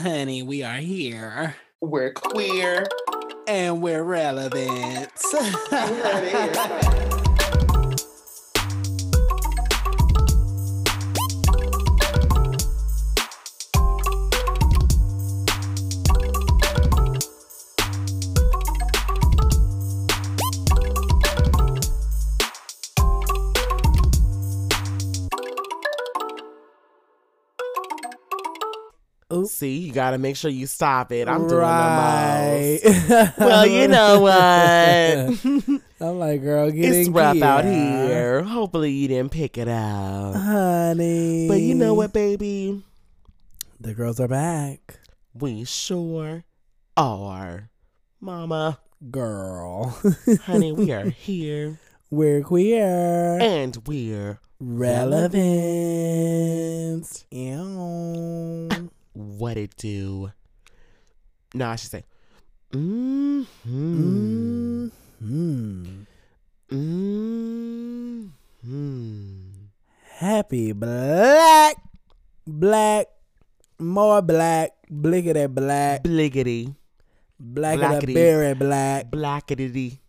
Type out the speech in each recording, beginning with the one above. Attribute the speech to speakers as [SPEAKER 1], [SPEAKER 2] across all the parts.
[SPEAKER 1] Honey, we are here
[SPEAKER 2] We're queer.
[SPEAKER 1] and we're relevant.
[SPEAKER 3] See, you gotta make sure you stop it. I'm doing the most.
[SPEAKER 4] right.
[SPEAKER 3] Well, you know what?
[SPEAKER 4] I'm like, girl, get
[SPEAKER 3] it's
[SPEAKER 4] in
[SPEAKER 3] rough out
[SPEAKER 4] gear,
[SPEAKER 3] here. Hopefully, you didn't pick it up.
[SPEAKER 4] honey.
[SPEAKER 3] But you know what, baby?
[SPEAKER 4] The girls are back,
[SPEAKER 3] We sure are. Mama,
[SPEAKER 4] girl.
[SPEAKER 3] honey, we are here
[SPEAKER 4] We're queer,
[SPEAKER 3] and we're
[SPEAKER 4] relevant. Ew.
[SPEAKER 3] what it do. No, I should say. mm-hmm, hmm
[SPEAKER 4] Mm.
[SPEAKER 3] Mm.
[SPEAKER 4] Hmm.
[SPEAKER 3] hmm
[SPEAKER 4] Happy black, black, more black, blickety black,
[SPEAKER 3] Bliggity.
[SPEAKER 4] black
[SPEAKER 3] Blackety.
[SPEAKER 4] blackety, berry black,
[SPEAKER 3] Blackity.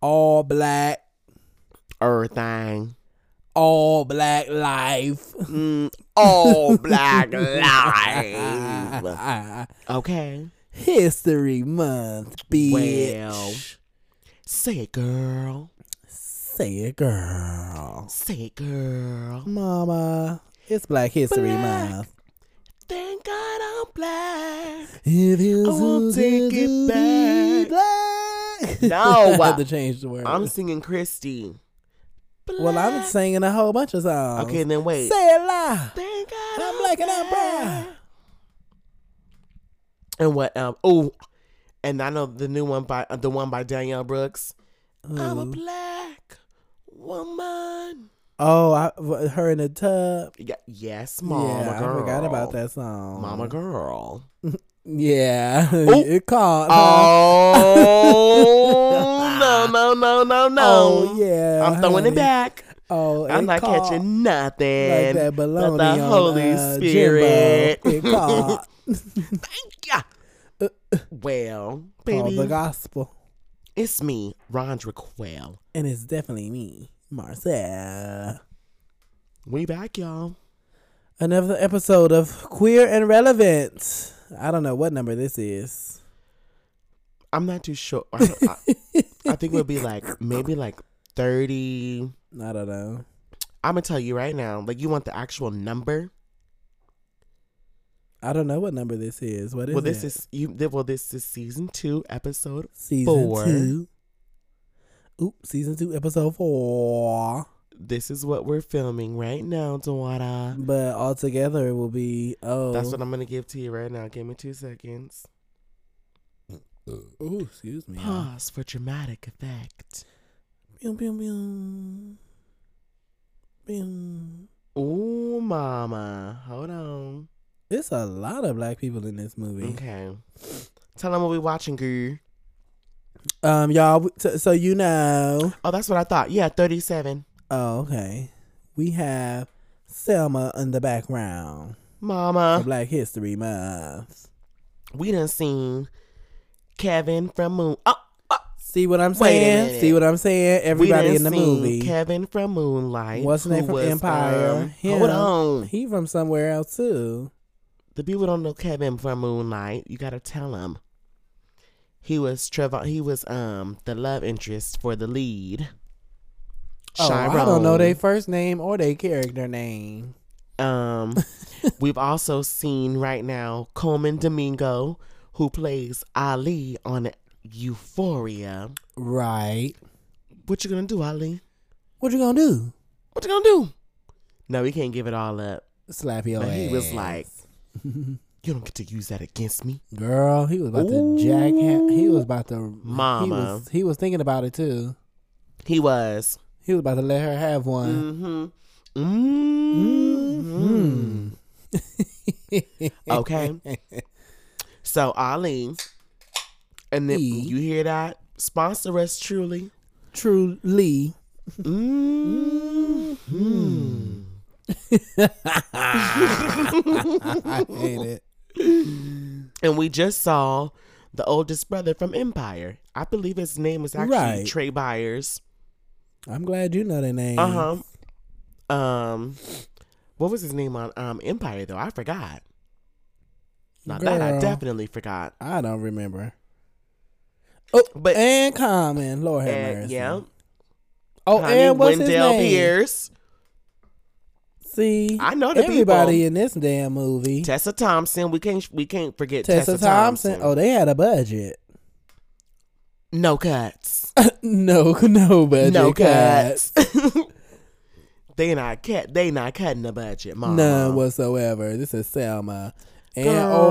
[SPEAKER 4] all black,
[SPEAKER 3] Everything.
[SPEAKER 4] all black life.
[SPEAKER 3] Mm, all black life. Okay.
[SPEAKER 4] History Month, bitch.
[SPEAKER 3] Well. Say it, girl.
[SPEAKER 4] Say it, girl.
[SPEAKER 3] Say it, girl.
[SPEAKER 4] Mama, it's Black History
[SPEAKER 3] Black.
[SPEAKER 4] Month.
[SPEAKER 3] Thank God I'm black.
[SPEAKER 4] If you
[SPEAKER 3] I won't take it back.
[SPEAKER 4] Black.
[SPEAKER 3] No.
[SPEAKER 4] I have to change the word.
[SPEAKER 3] I'm singing Christy.
[SPEAKER 4] Uh. well, I'm
[SPEAKER 3] Black.
[SPEAKER 4] singing a whole bunch of songs.
[SPEAKER 3] Okay, then wait.
[SPEAKER 4] Say it loud.
[SPEAKER 3] Thank God
[SPEAKER 4] I'm black and I'm brown.
[SPEAKER 3] And what? Um. Oh, and I know the new one by uh, the one by Danielle Brooks. I'm
[SPEAKER 4] Mm-hmm.
[SPEAKER 3] a black woman.
[SPEAKER 4] Oh, I, w- her in the tub.
[SPEAKER 3] Yeah, yes, mama
[SPEAKER 4] yeah,
[SPEAKER 3] girl.
[SPEAKER 4] I forgot about that song.
[SPEAKER 3] Mama girl.
[SPEAKER 4] Yeah, it called. huh?
[SPEAKER 3] Oh no no no no no!
[SPEAKER 4] Oh, yeah.
[SPEAKER 3] I'm throwing it
[SPEAKER 4] honey.
[SPEAKER 3] back.
[SPEAKER 4] Oh,
[SPEAKER 3] I'm
[SPEAKER 4] it
[SPEAKER 3] not
[SPEAKER 4] called
[SPEAKER 3] catching nothing.
[SPEAKER 4] like that
[SPEAKER 3] but
[SPEAKER 4] baloney
[SPEAKER 3] the
[SPEAKER 4] on,
[SPEAKER 3] Holy
[SPEAKER 4] uh,
[SPEAKER 3] Spirit.
[SPEAKER 4] Jimbo. It called,
[SPEAKER 3] Thank ya. Well,
[SPEAKER 4] called
[SPEAKER 3] baby,
[SPEAKER 4] the gospel.
[SPEAKER 3] it's me, Rondra Quail.
[SPEAKER 4] And it's definitely me, Marcel.
[SPEAKER 3] We back, y'all.
[SPEAKER 4] Another episode of Queer and Relevant. I don't know what number this is.
[SPEAKER 3] I'm not too sure. I, don't- I, I think it would be like maybe like 30.
[SPEAKER 4] I don't know.
[SPEAKER 3] I'm gonna tell you right now. Like, you want the actual number?
[SPEAKER 4] I don't know what number this is. What is
[SPEAKER 3] well, this
[SPEAKER 4] it?
[SPEAKER 3] is you. th- Well, this is season two, episode.
[SPEAKER 4] season
[SPEAKER 3] four.
[SPEAKER 4] two. Oop, season two, episode four.
[SPEAKER 3] This is what we're filming right now, Dawada.
[SPEAKER 4] But altogether, it will be oh.
[SPEAKER 3] That's what I'm gonna give to you right now. Give me two seconds.
[SPEAKER 4] Ooh, excuse me. y'all.
[SPEAKER 3] Pause for dramatic effect.
[SPEAKER 4] Pew, pew, pew. Pew.
[SPEAKER 3] Ooh, mama. Hold on.
[SPEAKER 4] It's a lot of black people in this movie.
[SPEAKER 3] Okay. Tell them what we watching, girl.
[SPEAKER 4] Um, y'all. w- So, so you know.
[SPEAKER 3] Oh, that's what I thought. Yeah, 37.
[SPEAKER 4] Oh, okay. We have Selma in the background for
[SPEAKER 3] Mama,
[SPEAKER 4] Black History Month.
[SPEAKER 3] we done seen Kevin from Moon. Oh, oh,
[SPEAKER 4] See what I'm
[SPEAKER 3] Wait a
[SPEAKER 4] saying?
[SPEAKER 3] minute.
[SPEAKER 4] See what I'm saying?
[SPEAKER 3] we done
[SPEAKER 4] Everybody in the
[SPEAKER 3] seen
[SPEAKER 4] movie.
[SPEAKER 3] Kevin from Moonlight.
[SPEAKER 4] What's his
[SPEAKER 3] who
[SPEAKER 4] name from
[SPEAKER 3] was,
[SPEAKER 4] Empire?
[SPEAKER 3] um,
[SPEAKER 4] Him.
[SPEAKER 3] Hold on.
[SPEAKER 4] he from somewhere else too.
[SPEAKER 3] The people don't know Kevin from Moonlight. You gotta tell them. He was Trevor. He was um the love interest for the lead.
[SPEAKER 4] Oh, I don't know
[SPEAKER 3] Chiron.
[SPEAKER 4] their first name or their character name.
[SPEAKER 3] Um, we've also seen right now Coleman Domingo, who plays Ali on Euphoria.
[SPEAKER 4] Right.
[SPEAKER 3] What you gonna do, Ali?
[SPEAKER 4] What you gonna do?
[SPEAKER 3] What you gonna do? No, we can't give it all up.
[SPEAKER 4] Slap your
[SPEAKER 3] But he was
[SPEAKER 4] ass.
[SPEAKER 3] like, "You don't get to use that against me."
[SPEAKER 4] Girl, he was about to jack him. He was about to He
[SPEAKER 3] Mama.
[SPEAKER 4] was, he was thinking about it too.
[SPEAKER 3] He was.
[SPEAKER 4] He was about to let her have one.
[SPEAKER 3] Mm-hmm. Mm-hmm. okay. So Ali, and then
[SPEAKER 4] E.
[SPEAKER 3] you hear that? Sponsor us truly.
[SPEAKER 4] Truly.
[SPEAKER 3] Mm-hmm.
[SPEAKER 4] I hate it.
[SPEAKER 3] And we just saw the oldest brother from Empire. I believe his name is actually
[SPEAKER 4] Right.
[SPEAKER 3] Trey Byers.
[SPEAKER 4] I'm glad you know the name.
[SPEAKER 3] Uh huh. Um, what was his name on um Empire though? I forgot. Now that I
[SPEAKER 4] Girl.
[SPEAKER 3] definitely forgot.
[SPEAKER 4] I don't remember. Oh,
[SPEAKER 3] But-
[SPEAKER 4] but and Common, Lord have
[SPEAKER 3] And,
[SPEAKER 4] mercy.
[SPEAKER 3] yeah,
[SPEAKER 4] Oh,
[SPEAKER 3] honey,
[SPEAKER 4] and what's
[SPEAKER 3] Wendell
[SPEAKER 4] his name?
[SPEAKER 3] Pierce,
[SPEAKER 4] See,
[SPEAKER 3] I know the
[SPEAKER 4] everybody
[SPEAKER 3] people.
[SPEAKER 4] in this damn movie.
[SPEAKER 3] Tessa Thompson. We can't we can't forget
[SPEAKER 4] Tessa, Thompson. Oh, they had a budget.
[SPEAKER 3] no cuts.
[SPEAKER 4] No, no budget.
[SPEAKER 3] no
[SPEAKER 4] cuts.
[SPEAKER 3] cuts. they not cut. They not cutting the budget, mom.
[SPEAKER 4] None whatsoever. This is Selma and
[SPEAKER 3] Girl,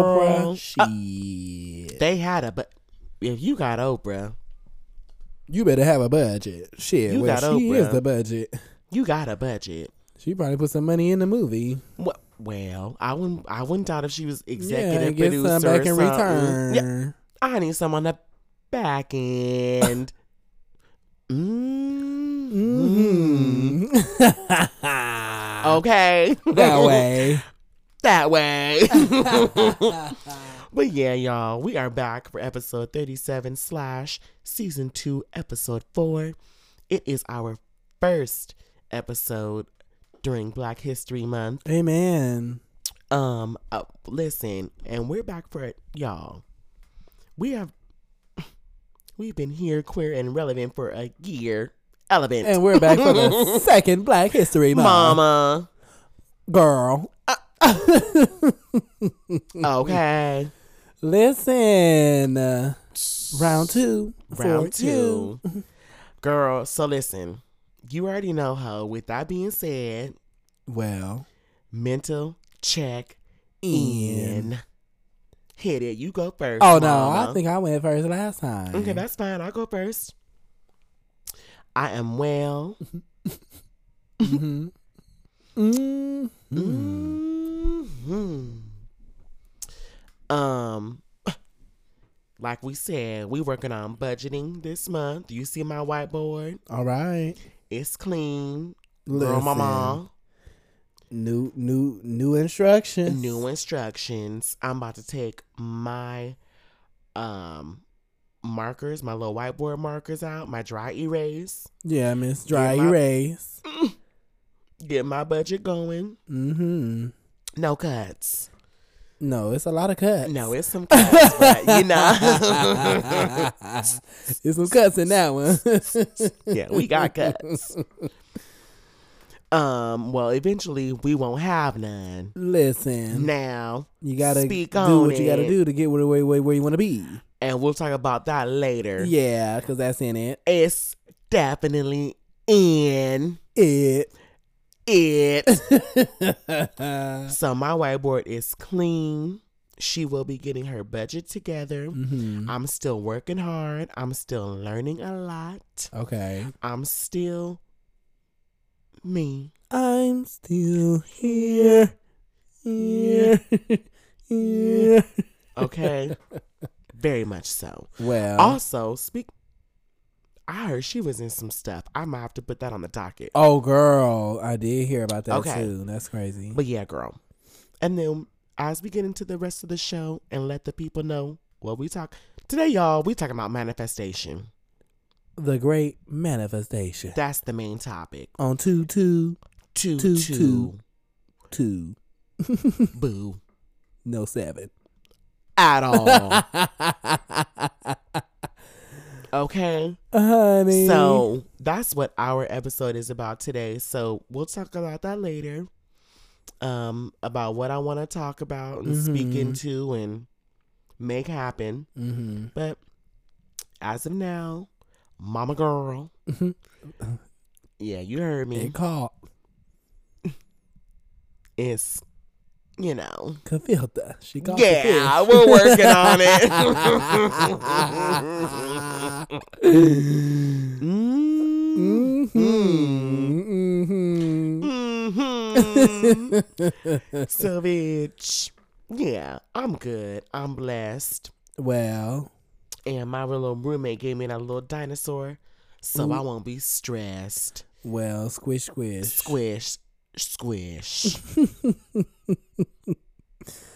[SPEAKER 4] Oprah. Ah.
[SPEAKER 3] uh,
[SPEAKER 4] Shit,
[SPEAKER 3] They had a but. If you got Oprah,
[SPEAKER 4] you better have a budget. Shit,
[SPEAKER 3] You
[SPEAKER 4] well,
[SPEAKER 3] got
[SPEAKER 4] she
[SPEAKER 3] Oprah.
[SPEAKER 4] is the budget.
[SPEAKER 3] you got a budget.
[SPEAKER 4] She probably put some money in the movie.
[SPEAKER 3] Wh- Well, I wouldn't. I wouldn't doubt if she was
[SPEAKER 4] yeah,
[SPEAKER 3] executive
[SPEAKER 4] get
[SPEAKER 3] producer.
[SPEAKER 4] some back
[SPEAKER 3] or
[SPEAKER 4] in
[SPEAKER 3] something.
[SPEAKER 4] return.
[SPEAKER 3] Yeah, I need some on the back end. mm-hmm.
[SPEAKER 4] hmm
[SPEAKER 3] Oh, Okay,
[SPEAKER 4] That way.
[SPEAKER 3] that way. but yeah, y'all, we are back for episode thirty-seven slash season two, episode four. It is our first episode during Black History Month.
[SPEAKER 4] Amen.
[SPEAKER 3] Um, uh, listen, and we're back for it, y'all. We have we've been here, queer and relevant for a year. Element,
[SPEAKER 4] And we're back for the second Black History Month.
[SPEAKER 3] mama.
[SPEAKER 4] Girl.
[SPEAKER 3] Okay,
[SPEAKER 4] Listen. uh, round two. for
[SPEAKER 3] round
[SPEAKER 4] you.
[SPEAKER 3] two, girl. So listen, you already know how. With that being said,
[SPEAKER 4] Well,
[SPEAKER 3] mental check
[SPEAKER 4] in.
[SPEAKER 3] in. Hit it. You go first.
[SPEAKER 4] Oh, no.
[SPEAKER 3] mama.
[SPEAKER 4] I think I went first last time.
[SPEAKER 3] Okay, that's fine. I'll go first. I am well.
[SPEAKER 4] Mhm. Mm.
[SPEAKER 3] hmm Um, like we said, we working on budgeting this month. You see my whiteboard?
[SPEAKER 4] All right.
[SPEAKER 3] It's clean. Girl,
[SPEAKER 4] Listen.
[SPEAKER 3] mama,
[SPEAKER 4] New, new, new instructions.
[SPEAKER 3] new instructions. I'm about to take my um markers, my little whiteboard markers out, my dry erase,
[SPEAKER 4] Yeah, Miss Dry
[SPEAKER 3] my-
[SPEAKER 4] Erase.
[SPEAKER 3] get my budget going.
[SPEAKER 4] Mm-hmm.
[SPEAKER 3] No cuts.
[SPEAKER 4] No, it's a lot of cuts.
[SPEAKER 3] No, it's some cuts, but you know.
[SPEAKER 4] There's some cuts in that one.
[SPEAKER 3] yeah, we got cuts. Um, well, eventually we won't have none.
[SPEAKER 4] Listen,
[SPEAKER 3] Now,
[SPEAKER 4] you gotta
[SPEAKER 3] speak
[SPEAKER 4] do
[SPEAKER 3] on
[SPEAKER 4] what you gotta
[SPEAKER 3] it.
[SPEAKER 4] do to get where, where, where, where you want to be.
[SPEAKER 3] and we'll talk about that later.
[SPEAKER 4] Yeah, because that's in it.
[SPEAKER 3] It's definitely in
[SPEAKER 4] It.
[SPEAKER 3] it. so my whiteboard is clean. She will be getting her budget together.
[SPEAKER 4] Mhm.
[SPEAKER 3] I'm still working hard. I'm still learning a lot.
[SPEAKER 4] Okay.
[SPEAKER 3] I'm still me.
[SPEAKER 4] I'm still here. Here. here.
[SPEAKER 3] Okay. Very much so.
[SPEAKER 4] Well.
[SPEAKER 3] Also, speak. I heard she was in some stuff. I might have to put that on the docket.
[SPEAKER 4] oh, girl. I did hear about that
[SPEAKER 3] Okay.
[SPEAKER 4] too. That's crazy.
[SPEAKER 3] But yeah, girl. And then as we get into the rest of the show and let the people know what we talk today, y'all, we talking about manifestation.
[SPEAKER 4] the great manifestation.
[SPEAKER 3] That's the main topic.
[SPEAKER 4] on two, two,
[SPEAKER 3] Two, two,
[SPEAKER 4] Two, two. two.
[SPEAKER 3] boo
[SPEAKER 4] No seven.
[SPEAKER 3] at all. okay.
[SPEAKER 4] Honey.
[SPEAKER 3] So that's what our episode is about today. So we'll talk about that later. Um, about what I want to talk about and speak
[SPEAKER 4] Mhm.
[SPEAKER 3] into and make happen.
[SPEAKER 4] hmm
[SPEAKER 3] But as of now, mama girl.
[SPEAKER 4] Mhm.
[SPEAKER 3] yeah, you heard me.
[SPEAKER 4] and call
[SPEAKER 3] It's you know.
[SPEAKER 4] Cafilda. She called
[SPEAKER 3] Yeah,
[SPEAKER 4] Cafilda.
[SPEAKER 3] we're working on it. Mm-hmm. mm
[SPEAKER 4] Mm-hmm.
[SPEAKER 3] hmm so, bitch, yeah, I'm good. I'm blessed.
[SPEAKER 4] well,
[SPEAKER 3] And my little roommate gave me that little dinosaur, so I won't be stressed.
[SPEAKER 4] well, squish, squish.
[SPEAKER 3] Squish, squish.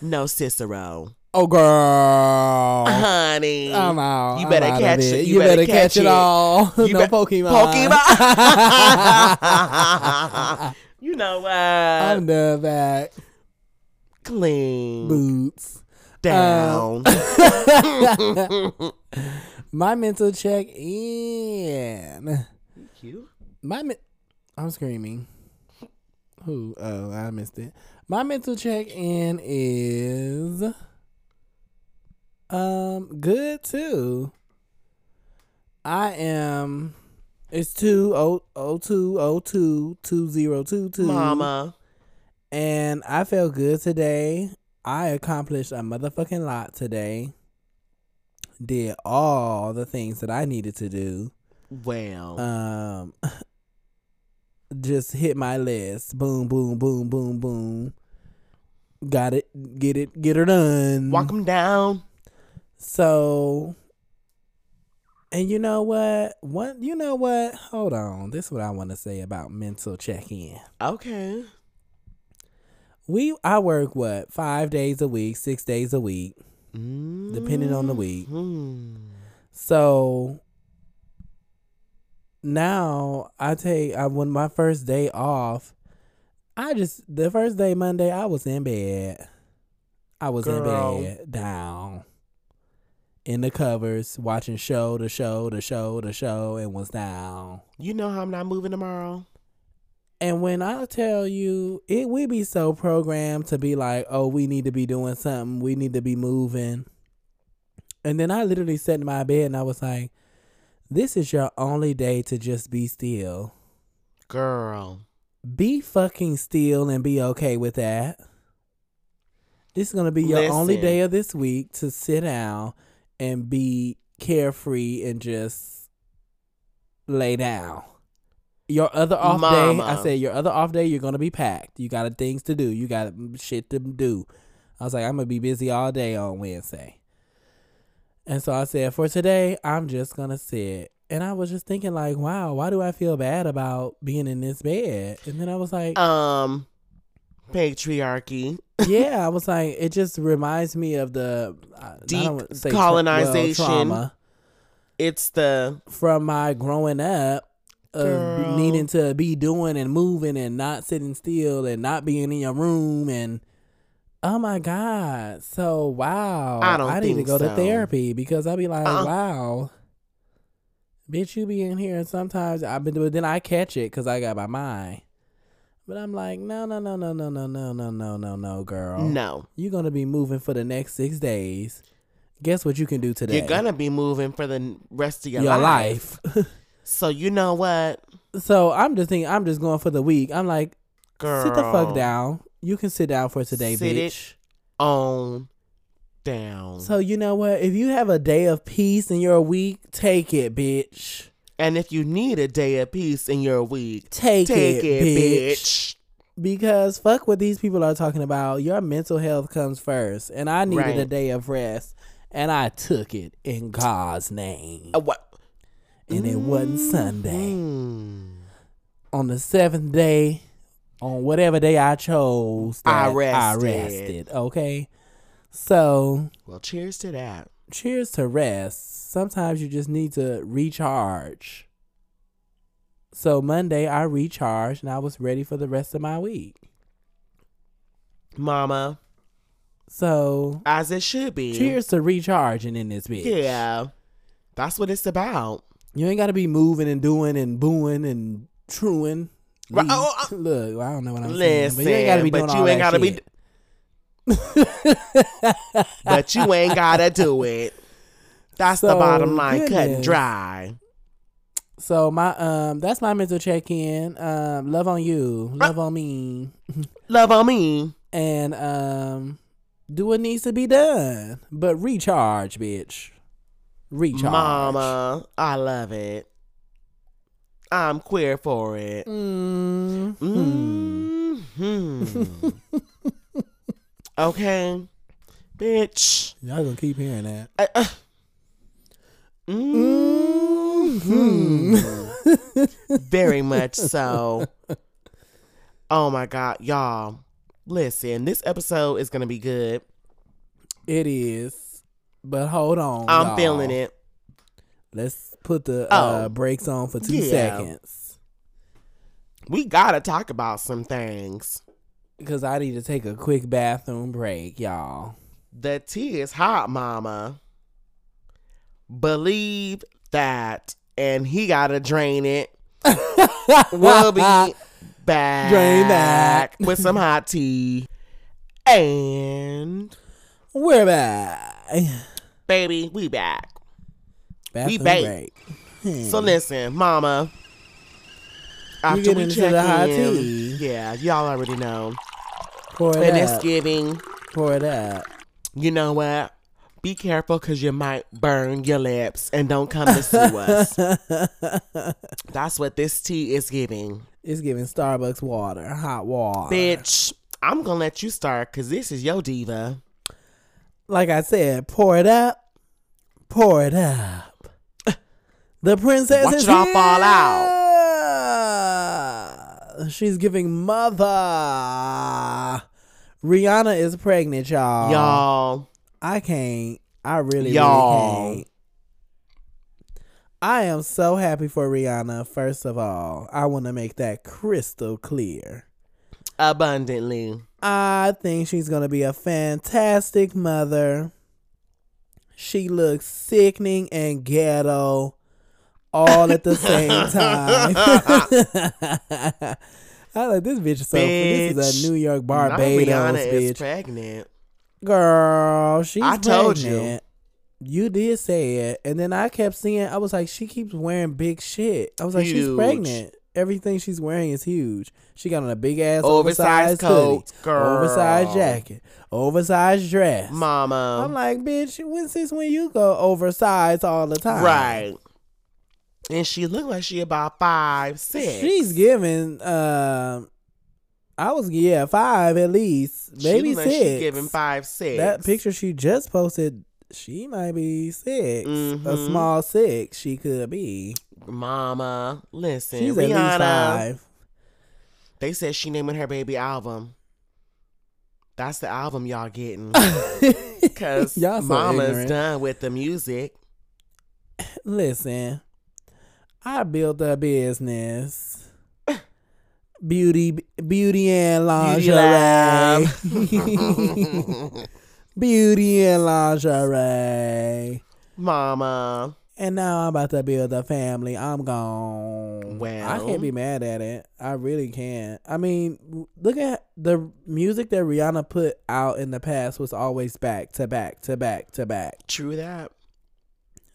[SPEAKER 3] no Cicero.
[SPEAKER 4] Oh, girl.
[SPEAKER 3] honey.
[SPEAKER 4] I'm out.
[SPEAKER 3] You
[SPEAKER 4] I'm
[SPEAKER 3] better
[SPEAKER 4] out of
[SPEAKER 3] catch it.
[SPEAKER 4] Uh-huh. You, better, catch, it all.
[SPEAKER 3] You
[SPEAKER 4] no
[SPEAKER 3] bet-
[SPEAKER 4] Pokemon.
[SPEAKER 3] Pokemon. you know what?
[SPEAKER 4] I'm the back.
[SPEAKER 3] Clean
[SPEAKER 4] Boots.
[SPEAKER 3] down.
[SPEAKER 4] My mental check in.
[SPEAKER 3] you?
[SPEAKER 4] My men- I'm screaming. Who? Oh, I missed it. My mental check in is um good too. I am. It's two oh oh two oh two two zero two two.
[SPEAKER 3] Mama.
[SPEAKER 4] and I feel good today. I accomplished a motherfucking lot today. Did all the things that I needed to do
[SPEAKER 3] Well.
[SPEAKER 4] um
[SPEAKER 3] Oh.
[SPEAKER 4] just hit my list boom boom boom boom boom got it get it get her done
[SPEAKER 3] walk 'em down.
[SPEAKER 4] so and you know what what you know what hold on this is what i want to say about mental check-in
[SPEAKER 3] Okay.
[SPEAKER 4] we i work what five days a week six days a week depending on the week
[SPEAKER 3] Mhm.
[SPEAKER 4] So now I take I when my first day off, I just the first day Monday I was in bed. I was
[SPEAKER 3] Girl.
[SPEAKER 4] in bed down in the covers watching show to show to show to show and was down.
[SPEAKER 3] You know how I'm not moving tomorrow.
[SPEAKER 4] And when I tell you, it we be so programmed to be like, oh, we need to be doing something, we need to be moving. And then I literally sat in my bed and I was like, this is your only day to just be still.
[SPEAKER 3] Girl.
[SPEAKER 4] Be fucking still and be okay with that. This is gonna be your only
[SPEAKER 3] Listen.
[SPEAKER 4] day of this week to sit down and be carefree and just lay down. Your other off day, I
[SPEAKER 3] Mama.
[SPEAKER 4] said, your other off day, you're gonna be packed. You got things to do. You got shit to do. I was like, I'm gonna be busy all day on Wednesday. And so I said, for today, I'm just gonna sit. And I was just thinking, like, wow, why do I feel bad about being in this bed? And then I was like,
[SPEAKER 3] Um patriarchy.
[SPEAKER 4] yeah, I was like, it just reminds me of the uh, I- I don't wanna say tra- well,
[SPEAKER 3] Decolonization.
[SPEAKER 4] trauma
[SPEAKER 3] It's the
[SPEAKER 4] from my growing up of
[SPEAKER 3] Girl.
[SPEAKER 4] needing to be doing and moving and not sitting still and not being in your room and oh my god so wow
[SPEAKER 3] I don't
[SPEAKER 4] need to
[SPEAKER 3] think
[SPEAKER 4] go to
[SPEAKER 3] so.
[SPEAKER 4] therapy because i'll be like
[SPEAKER 3] Uh-uh.
[SPEAKER 4] wow bitch you be in here and sometimes i've been but then i catch it because i got my mind but i'm like no no no no no no no no no no no girl
[SPEAKER 3] no.
[SPEAKER 4] you're gonna be moving for the next six days guess what you can do today
[SPEAKER 3] You're gonna be moving for the n- rest of your,
[SPEAKER 4] your
[SPEAKER 3] life.
[SPEAKER 4] life.
[SPEAKER 3] So you know what,
[SPEAKER 4] So I'm just thinking, I'm just going for the week. I'm like,
[SPEAKER 3] girl,
[SPEAKER 4] sit the fuck down. You can sit down for today,
[SPEAKER 3] Sit it
[SPEAKER 4] bitch.
[SPEAKER 3] on down.
[SPEAKER 4] So you know what? If you have a day of peace in your week, take it, bitch.
[SPEAKER 3] and if you need a day of peace in your week,
[SPEAKER 4] Take,
[SPEAKER 3] take
[SPEAKER 4] it,
[SPEAKER 3] it,
[SPEAKER 4] bitch.
[SPEAKER 3] bitch.
[SPEAKER 4] Because fuck what these people are talking about. Your mental health comes first, and I needed a
[SPEAKER 3] Right.
[SPEAKER 4] day of rest, and I took it in God's name.
[SPEAKER 3] Uh, what?
[SPEAKER 4] And it wasn't Sunday.
[SPEAKER 3] Mm.
[SPEAKER 4] On the seventh day, on whatever day I chose, that
[SPEAKER 3] I
[SPEAKER 4] I
[SPEAKER 3] rested.
[SPEAKER 4] rested. Okay, so
[SPEAKER 3] Well, cheers to that.
[SPEAKER 4] cheers to rest. Sometimes you just need to recharge. So Monday I recharged and I was ready for the rest of my week.
[SPEAKER 3] Mama,
[SPEAKER 4] So
[SPEAKER 3] as it should be.
[SPEAKER 4] cheers to recharging in this bitch.
[SPEAKER 3] Yeah. That's what it's about.
[SPEAKER 4] You ain't gotta be moving and doing and booing and truing.
[SPEAKER 3] Right,
[SPEAKER 4] Lee-
[SPEAKER 3] oh, oh.
[SPEAKER 4] Look, I don't know what I'm
[SPEAKER 3] Listen,
[SPEAKER 4] saying. But you ain't gotta be
[SPEAKER 3] but
[SPEAKER 4] doing
[SPEAKER 3] you
[SPEAKER 4] all
[SPEAKER 3] ain't
[SPEAKER 4] that
[SPEAKER 3] gotta be
[SPEAKER 4] shit.
[SPEAKER 3] But you ain't gotta do it. That's the
[SPEAKER 4] So,
[SPEAKER 3] bottom line. Cut and
[SPEAKER 4] goodness.
[SPEAKER 3] dry.
[SPEAKER 4] So my um that's my mental check in. Um love on you. Love on me.
[SPEAKER 3] Love on me.
[SPEAKER 4] and um do what needs to be done. But recharge, bitch. Recharge.
[SPEAKER 3] Mama, I love it. I'm queer for it.
[SPEAKER 4] Mm.
[SPEAKER 3] Mm-hmm. hmm okay, bitch.
[SPEAKER 4] Y'all gonna keep hearing that.
[SPEAKER 3] I- uh. Mm-hmm.
[SPEAKER 4] Mm.
[SPEAKER 3] Mhm. Very much so. Oh my God, y'all. Listen, this episode is going to be good.
[SPEAKER 4] It is. But hold on.
[SPEAKER 3] I'm
[SPEAKER 4] y'all.
[SPEAKER 3] feeling it.
[SPEAKER 4] Let's put the
[SPEAKER 3] Oh.
[SPEAKER 4] uh, brakes on for two
[SPEAKER 3] Yeah.
[SPEAKER 4] seconds.
[SPEAKER 3] We gotta talk about some things.
[SPEAKER 4] Because I need to take a quick bathroom break, y'all.
[SPEAKER 3] The tea is hot, mama. Believe that. And he gotta drain it. We'll be back.
[SPEAKER 4] Drain that.
[SPEAKER 3] With some hot tea. And
[SPEAKER 4] We're back.
[SPEAKER 3] baby, we back.
[SPEAKER 4] Bathroom
[SPEAKER 3] back.
[SPEAKER 4] break.
[SPEAKER 3] So listen, mama. After
[SPEAKER 4] Mm. get
[SPEAKER 3] we
[SPEAKER 4] into
[SPEAKER 3] check
[SPEAKER 4] the hot
[SPEAKER 3] in,
[SPEAKER 4] tea.
[SPEAKER 3] yeah, y'all already know.
[SPEAKER 4] Pour it
[SPEAKER 3] And
[SPEAKER 4] up.
[SPEAKER 3] it's giving.
[SPEAKER 4] Pour it up.
[SPEAKER 3] you know what? Be careful because you might burn your lips and don't come to sue us. That's what this tea is giving.
[SPEAKER 4] It's giving Starbucks water, hot water.
[SPEAKER 3] Bitch, I'm going to let you start because this is your diva.
[SPEAKER 4] Like I said, pour it up. Pour it up. The princess
[SPEAKER 3] Watch
[SPEAKER 4] is
[SPEAKER 3] it all
[SPEAKER 4] here.
[SPEAKER 3] fall
[SPEAKER 4] She's giving mother. Rihanna is pregnant, y'all.
[SPEAKER 3] Y'all,
[SPEAKER 4] I can't. I really,
[SPEAKER 3] Y'all.
[SPEAKER 4] really can't. I am so happy for Rihanna. First of all, I want to make that crystal clear.
[SPEAKER 3] abundantly.
[SPEAKER 4] I think she's going to be a fantastic mother. She looks sickening and ghetto all at the same time. I like this bitch so this is
[SPEAKER 3] Bitch.
[SPEAKER 4] a New York
[SPEAKER 3] Now
[SPEAKER 4] Barbados
[SPEAKER 3] Rihanna
[SPEAKER 4] bitch.
[SPEAKER 3] is pregnant.
[SPEAKER 4] Girl, she's
[SPEAKER 3] I told you.
[SPEAKER 4] pregnant. You did say it. And then I kept seeing I was like, she keeps wearing big shit. I was like, she's
[SPEAKER 3] Huge.
[SPEAKER 4] pregnant. Everything she's wearing is huge. She got on a big ass oversized,
[SPEAKER 3] Oversized coat,
[SPEAKER 4] coat,
[SPEAKER 3] girl.
[SPEAKER 4] oversized jacket, oversized dress.
[SPEAKER 3] Mama.
[SPEAKER 4] I'm like, bitch, when since when you go oversized all the time?
[SPEAKER 3] right. And she looked like she about five, six.
[SPEAKER 4] She's giving um I was yeah, five at least.
[SPEAKER 3] She
[SPEAKER 4] Maybe
[SPEAKER 3] look
[SPEAKER 4] six.
[SPEAKER 3] Like she giving five, six.
[SPEAKER 4] That picture she just posted, she might be 6 A
[SPEAKER 3] Mhm.
[SPEAKER 4] small six, she could be.
[SPEAKER 3] Mama, listen.
[SPEAKER 4] She's at
[SPEAKER 3] Rihanna.
[SPEAKER 4] least five.
[SPEAKER 3] They said she naming her baby album. That's the album y'all getting. Cause
[SPEAKER 4] Y'all so
[SPEAKER 3] mama's
[SPEAKER 4] ignorant.
[SPEAKER 3] done with the music.
[SPEAKER 4] Listen, I built a business. Beauty, beauty and
[SPEAKER 3] Beauty
[SPEAKER 4] lingerie. beauty and lingerie.
[SPEAKER 3] Mama.
[SPEAKER 4] And now I'm about to build a family. I'm gone. I
[SPEAKER 3] Well.
[SPEAKER 4] can't be mad at it. I really can't. I mean, w- look at the music that Rihanna put out in the past was always back to back to back to back.
[SPEAKER 3] True that.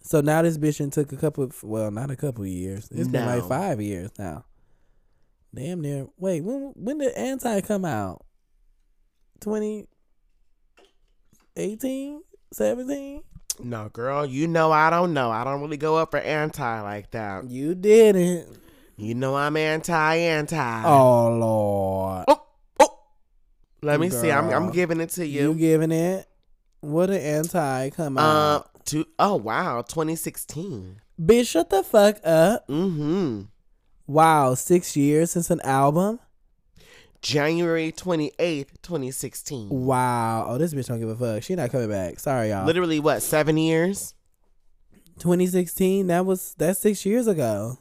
[SPEAKER 4] So now this bitch and took a couple of, well, not a couple of years. It's been
[SPEAKER 3] No.
[SPEAKER 4] like five years now. Damn near. Wait, when when did Anti come out? 2018? 17?
[SPEAKER 3] No, girl, you know I don't know. I don't really go up for anti like that.
[SPEAKER 4] You didn't.
[SPEAKER 3] You know I'm anti anti.
[SPEAKER 4] Oh, Lord.
[SPEAKER 3] oh, oh. Let me see. I'm I'm
[SPEAKER 4] Girl.
[SPEAKER 3] giving it to
[SPEAKER 4] You
[SPEAKER 3] you.
[SPEAKER 4] giving it? What an anti come
[SPEAKER 3] um
[SPEAKER 4] out.
[SPEAKER 3] to oh wow, 2016.
[SPEAKER 4] Bitch, shut the fuck up.
[SPEAKER 3] Mm-hmm.
[SPEAKER 4] Wow, six years since an album?
[SPEAKER 3] January 28th, 2016.
[SPEAKER 4] Wow. Oh, this bitch don't give a fuck. She not coming back. Sorry, y'all.
[SPEAKER 3] Literally, what, seven years?
[SPEAKER 4] 2016, that was, that's six years ago.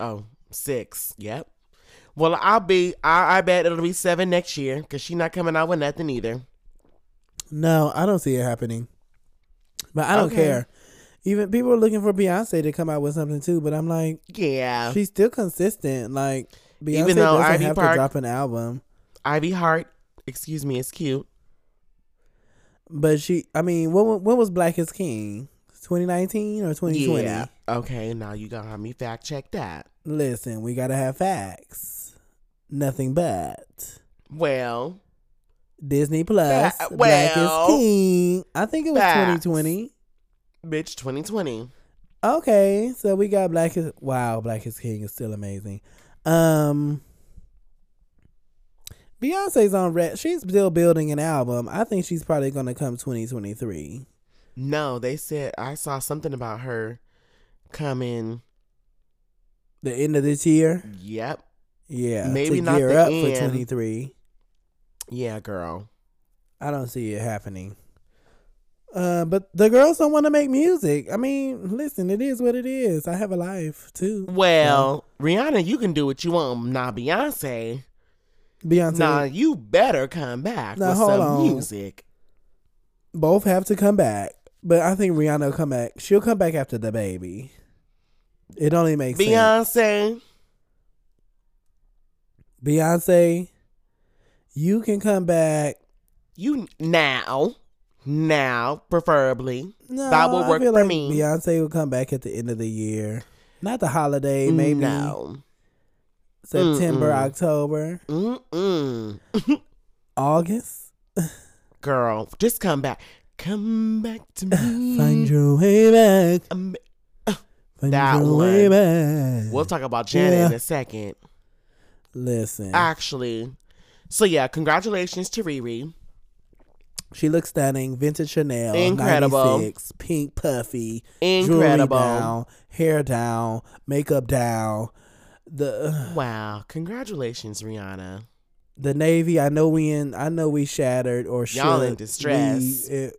[SPEAKER 3] Oh, six. Yep. Well, I'll be, I, I bet it'll be seven next year because she not coming out with nothing either.
[SPEAKER 4] No, I don't see it happening. But I don't
[SPEAKER 3] Okay.
[SPEAKER 4] care. Even people are looking for Beyonce to come out with something too, but I'm like,
[SPEAKER 3] Yeah.
[SPEAKER 4] she's still consistent. Like, Beyonce
[SPEAKER 3] Oh. Even though
[SPEAKER 4] doesn't
[SPEAKER 3] Ivy
[SPEAKER 4] have
[SPEAKER 3] Park-
[SPEAKER 4] to drop an album.
[SPEAKER 3] Ivy Hart, excuse me, is cute.
[SPEAKER 4] But she, I mean, when when was Black is King? 2019 or 2020?
[SPEAKER 3] Yeah. Okay, now you gonna have me fact check that.
[SPEAKER 4] Listen, we gotta have facts. Nothing but
[SPEAKER 3] Well,
[SPEAKER 4] Disney Plus.
[SPEAKER 3] Fa-
[SPEAKER 4] Black
[SPEAKER 3] well,
[SPEAKER 4] is King. I think it was
[SPEAKER 3] facts.
[SPEAKER 4] 2020.
[SPEAKER 3] bitch, 2020.
[SPEAKER 4] Okay, so we got Black is Wow. Black is King is still amazing. Um, Beyonce's on red. She's still building an album. I think she's probably gonna come 2023.
[SPEAKER 3] No, they said, I saw something about her coming.
[SPEAKER 4] The end of this year.
[SPEAKER 3] Yep.
[SPEAKER 4] Yeah,
[SPEAKER 3] Maybe
[SPEAKER 4] to
[SPEAKER 3] not
[SPEAKER 4] gear
[SPEAKER 3] the
[SPEAKER 4] up
[SPEAKER 3] end.
[SPEAKER 4] for 23.
[SPEAKER 3] Yeah, girl.
[SPEAKER 4] I don't see it happening. Uh, but the girls don't want to make music. I mean, listen, it is what it is. I have a life too.
[SPEAKER 3] Well, Rihanna, you can do what you want. Now, Beyonce,
[SPEAKER 4] Beyonce,
[SPEAKER 3] now you better come back
[SPEAKER 4] Now,
[SPEAKER 3] with
[SPEAKER 4] hold
[SPEAKER 3] some
[SPEAKER 4] on.
[SPEAKER 3] music.
[SPEAKER 4] both have to come back. But I think Rihanna will come back. She'll come back after the baby. It only makes sense.
[SPEAKER 3] Beyonce,
[SPEAKER 4] Beyonce, you can come back.
[SPEAKER 3] you now, now, preferably.
[SPEAKER 4] No,
[SPEAKER 3] That will
[SPEAKER 4] I
[SPEAKER 3] work
[SPEAKER 4] feel
[SPEAKER 3] for
[SPEAKER 4] like
[SPEAKER 3] me.
[SPEAKER 4] Beyonce will come back at the end of the year, not the holiday. Maybe
[SPEAKER 3] Mm, No.
[SPEAKER 4] September,
[SPEAKER 3] Mm-mm.
[SPEAKER 4] October,
[SPEAKER 3] Mm-mm.
[SPEAKER 4] August.
[SPEAKER 3] Girl, just come back. Come back to me.
[SPEAKER 4] Find your way back.
[SPEAKER 3] Um,
[SPEAKER 4] Find
[SPEAKER 3] That
[SPEAKER 4] your way back.
[SPEAKER 3] we'll talk about Janet in
[SPEAKER 4] Yeah.
[SPEAKER 3] a second.
[SPEAKER 4] Listen,
[SPEAKER 3] Ah. Actually, so yeah, congratulations to Riri.
[SPEAKER 4] she looks stunning. Vintage Chanel,
[SPEAKER 3] Incredible.
[SPEAKER 4] 96, pink puffy, jewelry
[SPEAKER 3] Incredible.
[SPEAKER 4] down, hair down, makeup down. The
[SPEAKER 3] Wow. Congratulations, Rihanna.
[SPEAKER 4] the navy. I know we in. I know we shattered or
[SPEAKER 3] Y'all in
[SPEAKER 4] shook.
[SPEAKER 3] distress.
[SPEAKER 4] We, it,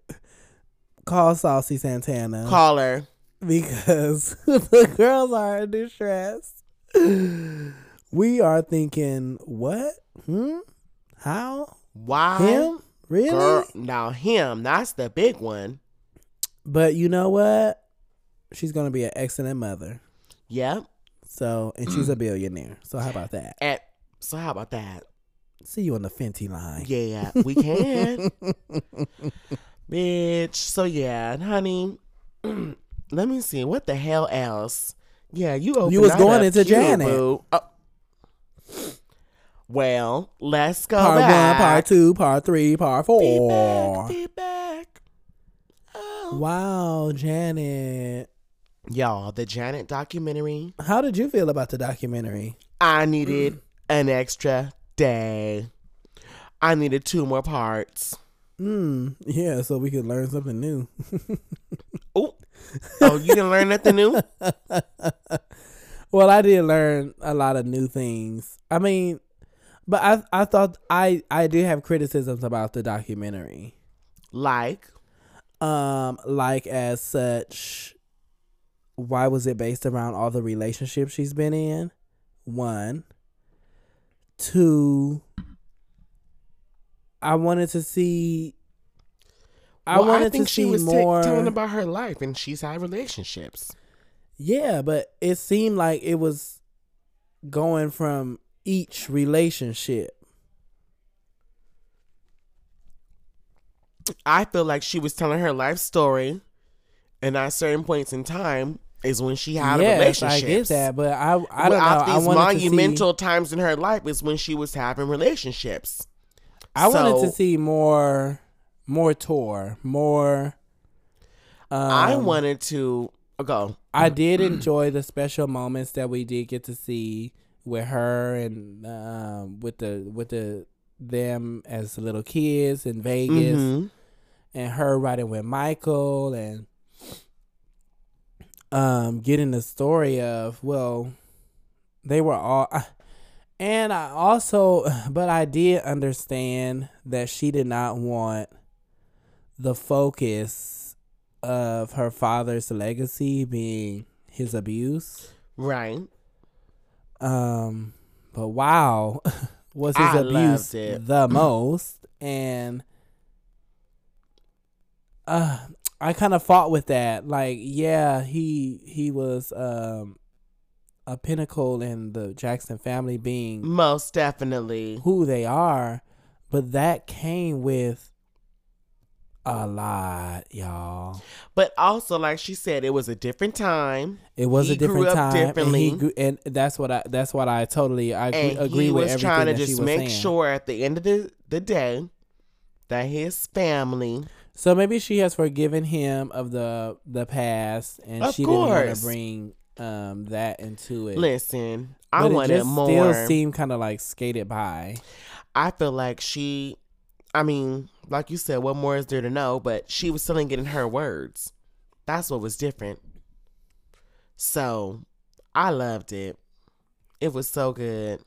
[SPEAKER 4] call Saucy Santana.
[SPEAKER 3] Call her.
[SPEAKER 4] because the girls are in distress. We are thinking, what? Hmm? How?
[SPEAKER 3] Why?
[SPEAKER 4] Him? Really?
[SPEAKER 3] Girl, now him. That's the big one.
[SPEAKER 4] But you know what? She's gonna be an excellent mother.
[SPEAKER 3] Yep.
[SPEAKER 4] So, and
[SPEAKER 3] Mm.
[SPEAKER 4] she's a billionaire. So how about that?
[SPEAKER 3] And so how about that?
[SPEAKER 4] See you on the Fenty line.
[SPEAKER 3] Yeah, we can. Bitch. So yeah, honey. let me see. What the hell else? Yeah, you opened
[SPEAKER 4] was
[SPEAKER 3] that
[SPEAKER 4] going
[SPEAKER 3] up
[SPEAKER 4] into
[SPEAKER 3] cute,
[SPEAKER 4] Janet.
[SPEAKER 3] boo. Oh. Well, let's go
[SPEAKER 4] Part
[SPEAKER 3] back.
[SPEAKER 4] one, part two, part three, part
[SPEAKER 3] Be
[SPEAKER 4] four.
[SPEAKER 3] back, be back. Oh.
[SPEAKER 4] Wow, Janet.
[SPEAKER 3] Y'all, the Janet documentary.
[SPEAKER 4] How did you feel about the documentary?
[SPEAKER 3] I needed an extra day. I needed two more parts.
[SPEAKER 4] Mm, yeah, so we could learn something new.
[SPEAKER 3] Oh, oh, you didn't learn nothing new.
[SPEAKER 4] Well, I did learn a lot of new things. I mean, but I I thought I I did have criticisms about the documentary.
[SPEAKER 3] Like,
[SPEAKER 4] Um like as such why was it based around all the relationships she's been in? One. Two. I wanted to see I
[SPEAKER 3] Well,
[SPEAKER 4] wanted
[SPEAKER 3] think
[SPEAKER 4] to
[SPEAKER 3] she
[SPEAKER 4] see
[SPEAKER 3] was ta-
[SPEAKER 4] more
[SPEAKER 3] telling about her life, and she's had relationships.
[SPEAKER 4] Yeah, but it seemed like it was going from each relationship.
[SPEAKER 3] I feel like she was telling her life story, and at certain points in time is when she had a
[SPEAKER 4] yes, I
[SPEAKER 3] relationship.
[SPEAKER 4] get that, but I I don't
[SPEAKER 3] Without
[SPEAKER 4] know. I
[SPEAKER 3] these
[SPEAKER 4] wanted to see,
[SPEAKER 3] monumental times in her life is when she was having relationships.
[SPEAKER 4] I wanted to
[SPEAKER 3] so-
[SPEAKER 4] see more more tour, more. Um,
[SPEAKER 3] I wanted to go.
[SPEAKER 4] I did enjoy the special moments that we did get to see with her and um, with the with the them as little kids in Vegas.
[SPEAKER 3] Mhm.
[SPEAKER 4] and her riding with Michael and um getting the story of well they were all uh, and I also but I did understand that she did not want the focus of her father's legacy being his abuse
[SPEAKER 3] Right.
[SPEAKER 4] um but wow was his
[SPEAKER 3] I
[SPEAKER 4] abuse
[SPEAKER 3] loved it.
[SPEAKER 4] the most and uh i kind of fought with that like yeah he he was um a pinnacle in the jackson family being
[SPEAKER 3] Most definitely.
[SPEAKER 4] who they are but that came with a lot y'all
[SPEAKER 3] But also, like she said, it was a different time.
[SPEAKER 4] it was
[SPEAKER 3] He
[SPEAKER 4] a different
[SPEAKER 3] grew up
[SPEAKER 4] time and, he
[SPEAKER 3] differently.
[SPEAKER 4] grew, and that's what i that's what i totally i agree,
[SPEAKER 3] And
[SPEAKER 4] agree
[SPEAKER 3] he
[SPEAKER 4] with
[SPEAKER 3] was
[SPEAKER 4] everything
[SPEAKER 3] trying to
[SPEAKER 4] that she
[SPEAKER 3] just
[SPEAKER 4] was saying.
[SPEAKER 3] make sure at the end of the, the day that his family
[SPEAKER 4] So maybe she has forgiven him of the the past, and
[SPEAKER 3] Of
[SPEAKER 4] she didn't want
[SPEAKER 3] course.
[SPEAKER 4] to bring um that into it.
[SPEAKER 3] listen.
[SPEAKER 4] but
[SPEAKER 3] I
[SPEAKER 4] it
[SPEAKER 3] wanted
[SPEAKER 4] just
[SPEAKER 3] more.
[SPEAKER 4] Still seemed kind of like skated by.
[SPEAKER 3] I feel like she, I mean, like you said, what more is there to know? But she was still getting her words. That's what was different. So I loved it. It was so good.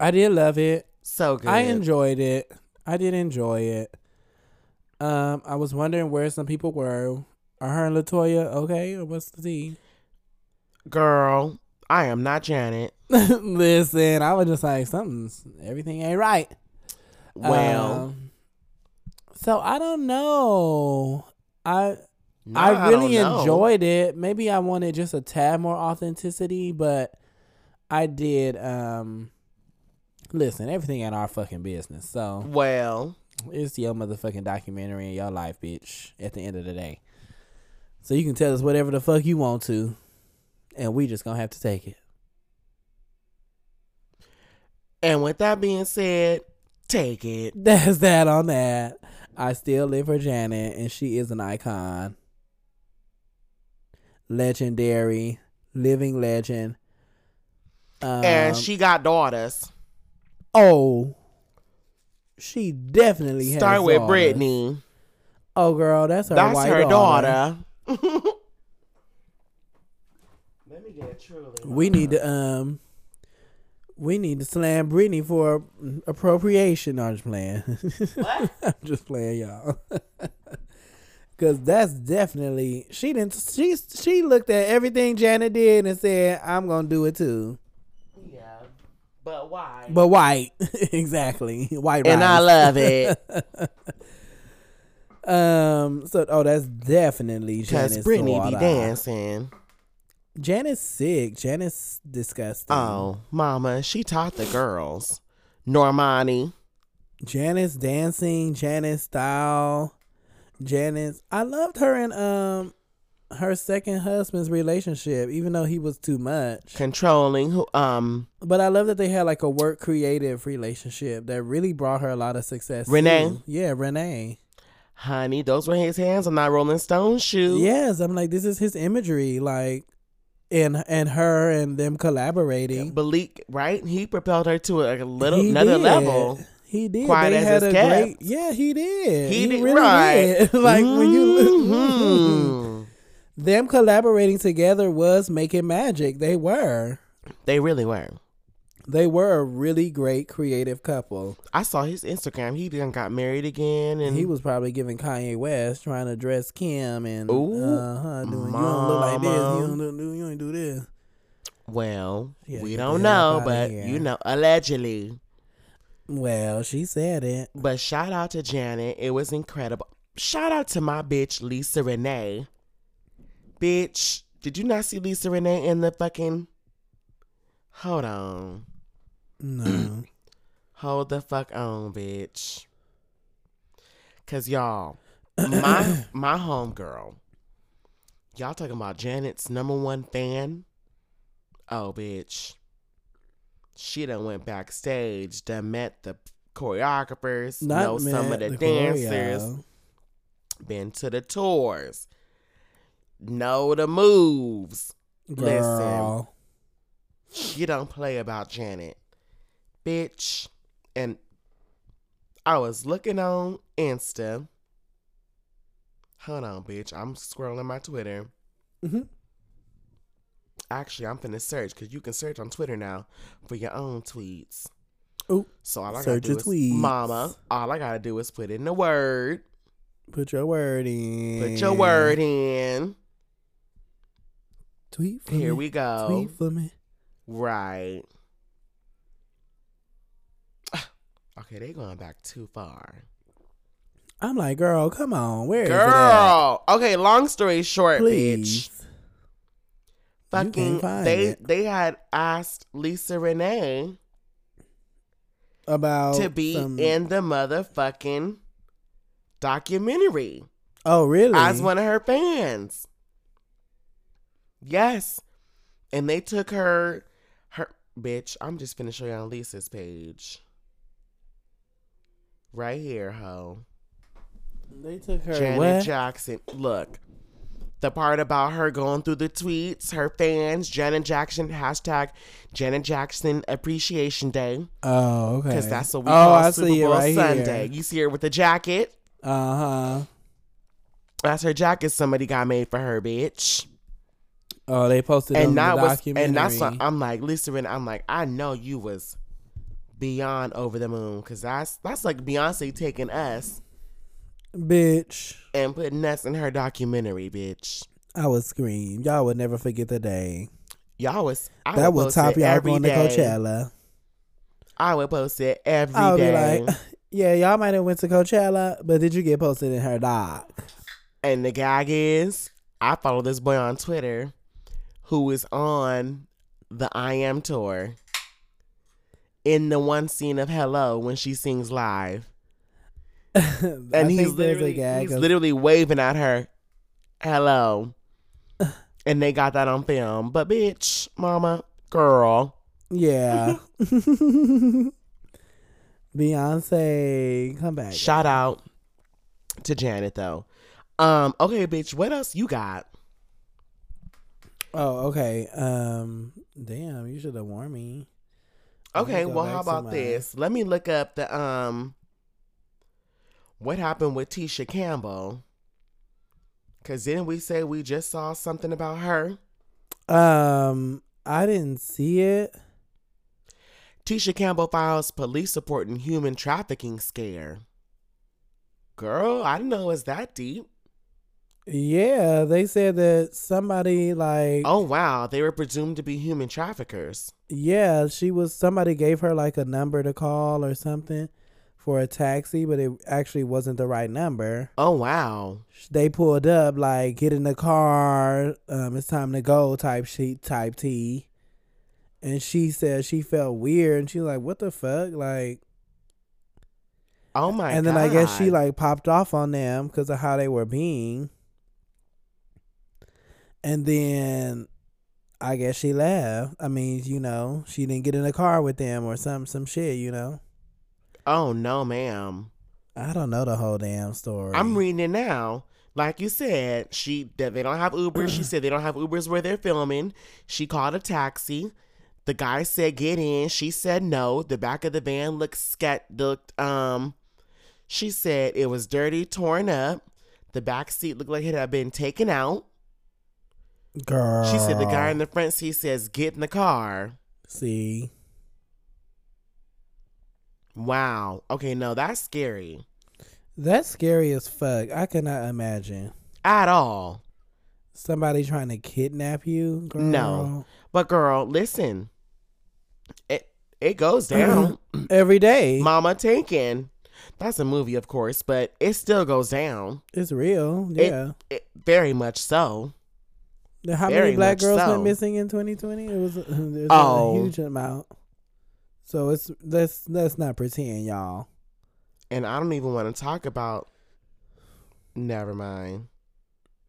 [SPEAKER 4] I did love it.
[SPEAKER 3] So good.
[SPEAKER 4] I enjoyed it. I did enjoy it. Um, I was wondering where some people were. Are her and Latoya okay, or what's the tea?
[SPEAKER 3] Girl, I am not Janet.
[SPEAKER 4] Listen, I was just like, something's everything ain't right.
[SPEAKER 3] Well,
[SPEAKER 4] Um, so I don't know. I
[SPEAKER 3] nah,
[SPEAKER 4] I
[SPEAKER 3] don't
[SPEAKER 4] really
[SPEAKER 3] know.
[SPEAKER 4] enjoyed it. Maybe I wanted just a tad more authenticity, but I did. Um, listen, everything in our fucking business. So
[SPEAKER 3] Well,
[SPEAKER 4] it's your motherfucking documentary in your life, bitch. At the end of the day, so you can tell us whatever the fuck you want to, and we just gonna have to take it.
[SPEAKER 3] and with that being said, take it.
[SPEAKER 4] That's that on that. I still live for Janet, and she is an icon. Legendary, living legend. Um,
[SPEAKER 3] and she got daughters.
[SPEAKER 4] oh, she definitely has
[SPEAKER 3] Start with
[SPEAKER 4] daughters.
[SPEAKER 3] Brittany.
[SPEAKER 4] Oh, girl, that's her.
[SPEAKER 3] That's
[SPEAKER 4] white
[SPEAKER 3] her
[SPEAKER 4] daughter.
[SPEAKER 3] daughter. Let me get truly.
[SPEAKER 4] We need to um, we need to slam Brittany for appropriation. No, I'm just playing.
[SPEAKER 3] What?
[SPEAKER 4] I'm just playing, y'all. Cause that's definitely she didn't. She she looked at everything Janet did and said, "I'm gonna do it too."
[SPEAKER 3] Yeah, but why?
[SPEAKER 4] But white, exactly, white.
[SPEAKER 3] and I
[SPEAKER 4] rice.
[SPEAKER 3] love it
[SPEAKER 4] Um. So, oh, that's definitely
[SPEAKER 3] because
[SPEAKER 4] Janet's
[SPEAKER 3] Brittany be
[SPEAKER 4] daughter.
[SPEAKER 3] dancing.
[SPEAKER 4] Janet's sick. Janet's disgusting.
[SPEAKER 3] Oh, Mama, she taught the girls. Normani,
[SPEAKER 4] Janice dancing, Janice style, Janice. I loved her in um her second husband's relationship, even though he was too much.
[SPEAKER 3] controlling who? Um,
[SPEAKER 4] But I love that they had like a work creative relationship that really brought her a lot of success.
[SPEAKER 3] Renee?
[SPEAKER 4] too. yeah, Renee.
[SPEAKER 3] honey, those were his hands on that Rolling Stone shoe.
[SPEAKER 4] Yes, I'm like this is his imagery, like, and and her and them collaborating.
[SPEAKER 3] Balik, right? He propelled her to a little
[SPEAKER 4] He
[SPEAKER 3] another
[SPEAKER 4] did.
[SPEAKER 3] level.
[SPEAKER 4] He did.
[SPEAKER 3] Quiet
[SPEAKER 4] they
[SPEAKER 3] as
[SPEAKER 4] had
[SPEAKER 3] it's
[SPEAKER 4] a
[SPEAKER 3] kept.
[SPEAKER 4] great. Yeah, he did.
[SPEAKER 3] He
[SPEAKER 4] He,
[SPEAKER 3] did-
[SPEAKER 4] really
[SPEAKER 3] right.
[SPEAKER 4] did. like when you look,
[SPEAKER 3] Mhm.
[SPEAKER 4] them collaborating together was making magic. They were.
[SPEAKER 3] they really were.
[SPEAKER 4] They were a really great creative couple.
[SPEAKER 3] I saw his Instagram. He done got married again, and
[SPEAKER 4] He was probably giving Kanye West trying to dress Kim and
[SPEAKER 3] Ooh,
[SPEAKER 4] uh huh doing you don't look like this,
[SPEAKER 3] mama.
[SPEAKER 4] you don't do- do you ain't do this.
[SPEAKER 3] well,
[SPEAKER 4] Yeah,
[SPEAKER 3] we
[SPEAKER 4] get
[SPEAKER 3] don't
[SPEAKER 4] the hell
[SPEAKER 3] know,
[SPEAKER 4] up
[SPEAKER 3] but
[SPEAKER 4] outta here.
[SPEAKER 3] you know, allegedly.
[SPEAKER 4] Well, she said it.
[SPEAKER 3] But shout out to Janet. It was incredible. Shout out to my bitch Lisa Renee. Bitch, did you not see Lisa Renee in the fucking? Hold on,
[SPEAKER 4] No.
[SPEAKER 3] hold the fuck on, bitch. Cause y'all, my my homegirl. Y'all talking about Janet's number one fan? Oh, bitch. She done went backstage, done met the choreographers,
[SPEAKER 4] Not
[SPEAKER 3] know some of
[SPEAKER 4] Matt
[SPEAKER 3] the,
[SPEAKER 4] DeCorio.
[SPEAKER 3] dancers, been to the tours, know the moves. Listen.
[SPEAKER 4] Girl.
[SPEAKER 3] She don't play about Janet. Bitch. And I was looking on Insta. Hold on, bitch. I'm scrolling my Twitter.
[SPEAKER 4] Mhm.
[SPEAKER 3] Actually, I'm finna search because you can search on Twitter now for your own tweets.
[SPEAKER 4] Ooh.
[SPEAKER 3] So all I
[SPEAKER 4] Search
[SPEAKER 3] gotta
[SPEAKER 4] your
[SPEAKER 3] do is,
[SPEAKER 4] tweets.
[SPEAKER 3] Mama, all I gotta do is put in the word.
[SPEAKER 4] Put your word in.
[SPEAKER 3] Put your word in.
[SPEAKER 4] Tweet for
[SPEAKER 3] Here
[SPEAKER 4] me.
[SPEAKER 3] we go.
[SPEAKER 4] Tweet for me.
[SPEAKER 3] Right. Okay, they going back too far.
[SPEAKER 4] I'm like, girl, come on. Where is it at?
[SPEAKER 3] Girl. Okay, long story short,
[SPEAKER 4] Please. You
[SPEAKER 3] bitch.
[SPEAKER 4] can't
[SPEAKER 3] Fucking
[SPEAKER 4] find
[SPEAKER 3] they
[SPEAKER 4] it.
[SPEAKER 3] they had asked Lisa Renee
[SPEAKER 4] About
[SPEAKER 3] to be
[SPEAKER 4] Oh, some-
[SPEAKER 3] in the motherfucking documentary
[SPEAKER 4] Oh really?
[SPEAKER 3] as one of her fans. Yes. And they took her her bitch, I'm just finna show you on Lisa's page. Right here, hoe.
[SPEAKER 4] They took her
[SPEAKER 3] Janet
[SPEAKER 4] what?
[SPEAKER 3] Jackson. Look, the part about her going through the tweets, her fans, Janet Jackson, hashtag Janet Jackson Appreciation Day,
[SPEAKER 4] oh, okay.
[SPEAKER 3] because that's what we
[SPEAKER 4] oh,
[SPEAKER 3] call
[SPEAKER 4] I
[SPEAKER 3] Super
[SPEAKER 4] see it
[SPEAKER 3] Bowl
[SPEAKER 4] right
[SPEAKER 3] Sunday. You see her with the jacket.
[SPEAKER 4] Uh huh.
[SPEAKER 3] That's her jacket somebody got made for her, bitch.
[SPEAKER 4] Oh, they posted
[SPEAKER 3] and
[SPEAKER 4] on
[SPEAKER 3] that
[SPEAKER 4] the
[SPEAKER 3] was,
[SPEAKER 4] documentary.
[SPEAKER 3] and that's what I'm like. Listen, I'm like, I know you was beyond over the moon, because that's that's like Beyonce taking us
[SPEAKER 4] Bitch,
[SPEAKER 3] and put nuts in her documentary, bitch.
[SPEAKER 4] I would scream. Y'all would never forget the day.
[SPEAKER 3] Y'all was I
[SPEAKER 4] that
[SPEAKER 3] would
[SPEAKER 4] would
[SPEAKER 3] post
[SPEAKER 4] top
[SPEAKER 3] it
[SPEAKER 4] y'all
[SPEAKER 3] every
[SPEAKER 4] going
[SPEAKER 3] day.
[SPEAKER 4] to Coachella.
[SPEAKER 3] I would post it every day.
[SPEAKER 4] I would be like, yeah, y'all might have went to Coachella, but did you get posted in her doc?
[SPEAKER 3] And the gag is, I follow this boy on Twitter who is on the I Am tour in the one scene of Hello when she sings live.
[SPEAKER 4] and
[SPEAKER 3] And he's literally, he's literally waving at her, Hello. and they got that on film. But bitch, mama, girl,
[SPEAKER 4] yeah. Beyonce, come back.
[SPEAKER 3] shout out to Janet though. Um, okay, bitch, what else you got?
[SPEAKER 4] Oh, okay. Um, damn, you should have warned me. Let me
[SPEAKER 3] Okay,
[SPEAKER 4] go
[SPEAKER 3] well,
[SPEAKER 4] back
[SPEAKER 3] how
[SPEAKER 4] to
[SPEAKER 3] about
[SPEAKER 4] my-
[SPEAKER 3] this? Let me look up the um what happened with Tisha Campbell. Cause didn't we say we just saw something about her?
[SPEAKER 4] Um, I didn't see it.
[SPEAKER 3] Tisha Campbell files police support in human trafficking scare. Girl, I didn't know it was that deep.
[SPEAKER 4] Yeah, they said that somebody like
[SPEAKER 3] Oh wow, they were presumed to be human traffickers.
[SPEAKER 4] yeah, she was somebody gave her like a number to call or something for a taxi, but it actually wasn't the right number.
[SPEAKER 3] Oh wow.
[SPEAKER 4] They pulled up like get in the car, um, it's time to go type sheet type T. And she said she felt weird and she was like, What the fuck? Like
[SPEAKER 3] Oh my
[SPEAKER 4] and then I guess she
[SPEAKER 3] God.
[SPEAKER 4] like popped off on them because of how they were being. And then I guess she left. I mean, you know, she didn't get in a car with them or some some shit, you know.
[SPEAKER 3] Oh no, ma'am.
[SPEAKER 4] I don't know the whole damn story.
[SPEAKER 3] I'm reading it now. Like you said, she that they don't have Ubers. she said they don't have Ubers where they're filming. She called a taxi. The guy said get in. She said no. The back of the van looked scat looked um she said it was dirty, torn up. The back seat looked like it had been taken out.
[SPEAKER 4] girl.
[SPEAKER 3] She said the
[SPEAKER 4] Oh.
[SPEAKER 3] guy in the front seat says get in the car.
[SPEAKER 4] see.
[SPEAKER 3] Wow. Okay, no, that's scary.
[SPEAKER 4] That's scary as fuck. I cannot imagine
[SPEAKER 3] At all.
[SPEAKER 4] somebody trying to kidnap you. Girl.
[SPEAKER 3] No. But girl, listen. It it goes
[SPEAKER 4] Mm-hmm.
[SPEAKER 3] down.
[SPEAKER 4] every day.
[SPEAKER 3] Mama Taken. That's a movie, of course, but it still goes down.
[SPEAKER 4] it's real.
[SPEAKER 3] It-
[SPEAKER 4] Yeah.
[SPEAKER 3] it- very much so.
[SPEAKER 4] How
[SPEAKER 3] Very
[SPEAKER 4] many black
[SPEAKER 3] much
[SPEAKER 4] girls
[SPEAKER 3] so.
[SPEAKER 4] went missing in 2020? It was uh, there's
[SPEAKER 3] Oh.
[SPEAKER 4] a huge amount. So it's let's let's not pretend, y'all.
[SPEAKER 3] And I don't even want to talk about. Never mind.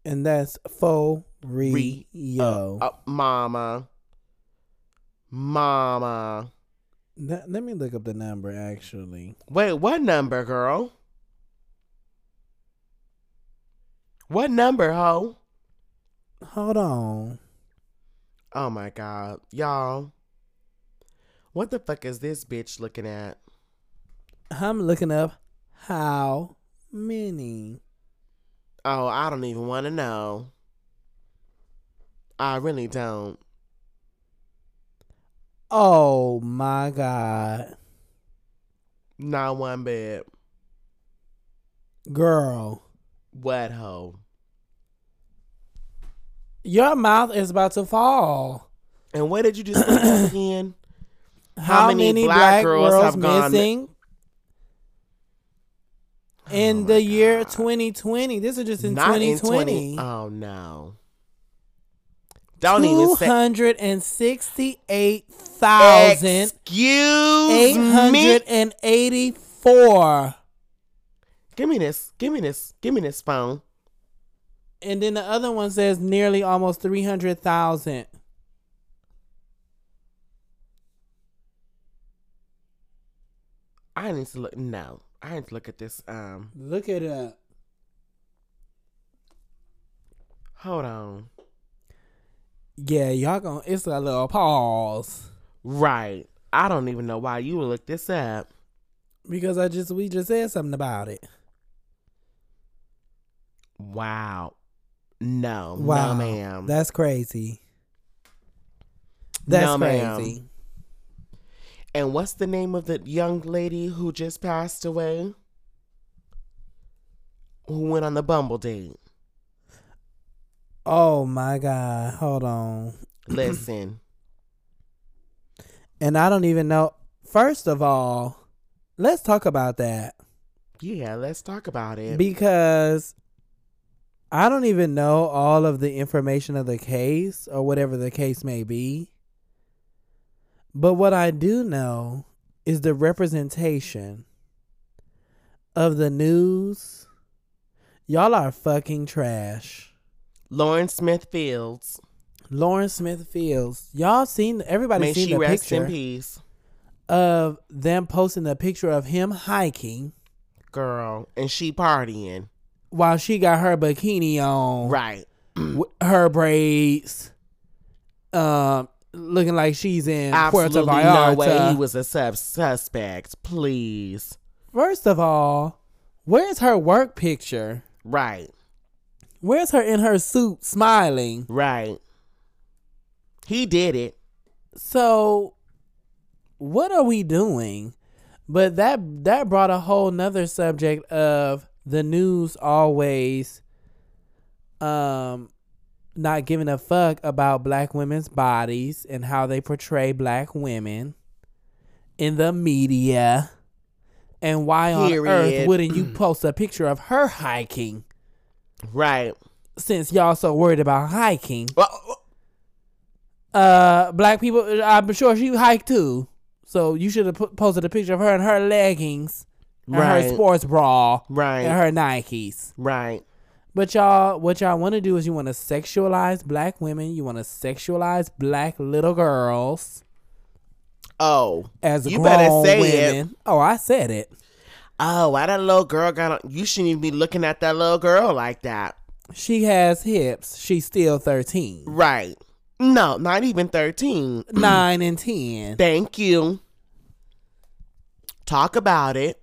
[SPEAKER 4] And that's faux
[SPEAKER 3] Re-
[SPEAKER 4] re yo.
[SPEAKER 3] Uh, mama. Mama.
[SPEAKER 4] let, let me look up the number actually.
[SPEAKER 3] Wait, what number, girl? What number, ho?
[SPEAKER 4] Hold on.
[SPEAKER 3] Oh my god. Y'all. What the fuck is this bitch looking at?
[SPEAKER 4] I'm looking up how many.
[SPEAKER 3] Oh, I don't even want to know. I really don't.
[SPEAKER 4] Oh my god.
[SPEAKER 3] Not one bit.
[SPEAKER 4] Girl.
[SPEAKER 3] What hoe?
[SPEAKER 4] Your mouth is about to fall.
[SPEAKER 3] And what did you just look up again?
[SPEAKER 4] How, many, black, girls, have
[SPEAKER 3] gone-
[SPEAKER 4] missing?
[SPEAKER 3] Oh
[SPEAKER 4] in
[SPEAKER 3] my
[SPEAKER 4] the year
[SPEAKER 3] God.
[SPEAKER 4] 2020. This is just in
[SPEAKER 3] Not
[SPEAKER 4] 2020.
[SPEAKER 3] in 20. Oh no. Don't even say.
[SPEAKER 4] 268,884.
[SPEAKER 3] Excuse me. Give me this. Give me this. Give me this phone.
[SPEAKER 4] And then the other one says nearly almost 300,000.
[SPEAKER 3] I need to look. No, I need to look at this. Um,
[SPEAKER 4] Look at that.
[SPEAKER 3] hold on.
[SPEAKER 4] Yeah, y'all going to it's a little pause
[SPEAKER 3] Right. I don't even know why you would look this up.
[SPEAKER 4] because I just we just said something about it.
[SPEAKER 3] Wow. No.
[SPEAKER 4] Wow,
[SPEAKER 3] No, ma'am.
[SPEAKER 4] That's crazy. That's
[SPEAKER 3] No, ma'am.
[SPEAKER 4] crazy.
[SPEAKER 3] And what's the name of the young lady who just passed away? who went on the Bumble date.
[SPEAKER 4] Oh my God. Hold on.
[SPEAKER 3] Listen,
[SPEAKER 4] And I don't even know. First of all, let's talk about that
[SPEAKER 3] yeah, let's talk about it.
[SPEAKER 4] because I don't even know all of the information of the case or whatever the case may be. But what I do know is the representation of the news. Y'all are fucking trash.
[SPEAKER 3] Lauren Smith Fields,
[SPEAKER 4] Lauren Smith Fields. Y'all seen everybody
[SPEAKER 3] may
[SPEAKER 4] seen
[SPEAKER 3] she
[SPEAKER 4] the
[SPEAKER 3] rest
[SPEAKER 4] picture
[SPEAKER 3] in peace,
[SPEAKER 4] of them posting the picture of him hiking
[SPEAKER 3] girl. And she partying,
[SPEAKER 4] while she got her bikini on,
[SPEAKER 3] right?
[SPEAKER 4] with her braids, um, looking like she's in
[SPEAKER 3] Absolutely
[SPEAKER 4] Puerto Vallarta.
[SPEAKER 3] no way he was a sub- suspect. Please,
[SPEAKER 4] First of all, where's her work picture?
[SPEAKER 3] right,
[SPEAKER 4] Where's her in her suit smiling?
[SPEAKER 3] right. He did it.
[SPEAKER 4] So, what are we doing? But that that brought a whole nother subject of the news always, um, not giving a fuck about black women's bodies and how they portray black women in the media, and why on earth
[SPEAKER 3] Period.
[SPEAKER 4] wouldn't you post a picture of her hiking
[SPEAKER 3] Right.
[SPEAKER 4] since y'all so worried about hiking?
[SPEAKER 3] Well,
[SPEAKER 4] uh black people i'm sure she hiked too so you should have put, posted a picture of her in her leggings and her
[SPEAKER 3] Right.
[SPEAKER 4] sports bra
[SPEAKER 3] right.
[SPEAKER 4] and her nikes
[SPEAKER 3] Right.
[SPEAKER 4] but y'all what y'all want to do is you want to sexualize black women you want to sexualize black little girls
[SPEAKER 3] Oh.
[SPEAKER 4] as
[SPEAKER 3] You
[SPEAKER 4] grown
[SPEAKER 3] better say it.
[SPEAKER 4] women oh i said it
[SPEAKER 3] Oh, why that little girl got on? You shouldn't even be looking at that little girl like that.
[SPEAKER 4] she has hips she's still 13
[SPEAKER 3] Right. No, not even 13.
[SPEAKER 4] 9 and 10
[SPEAKER 3] Thank you. Talk about it.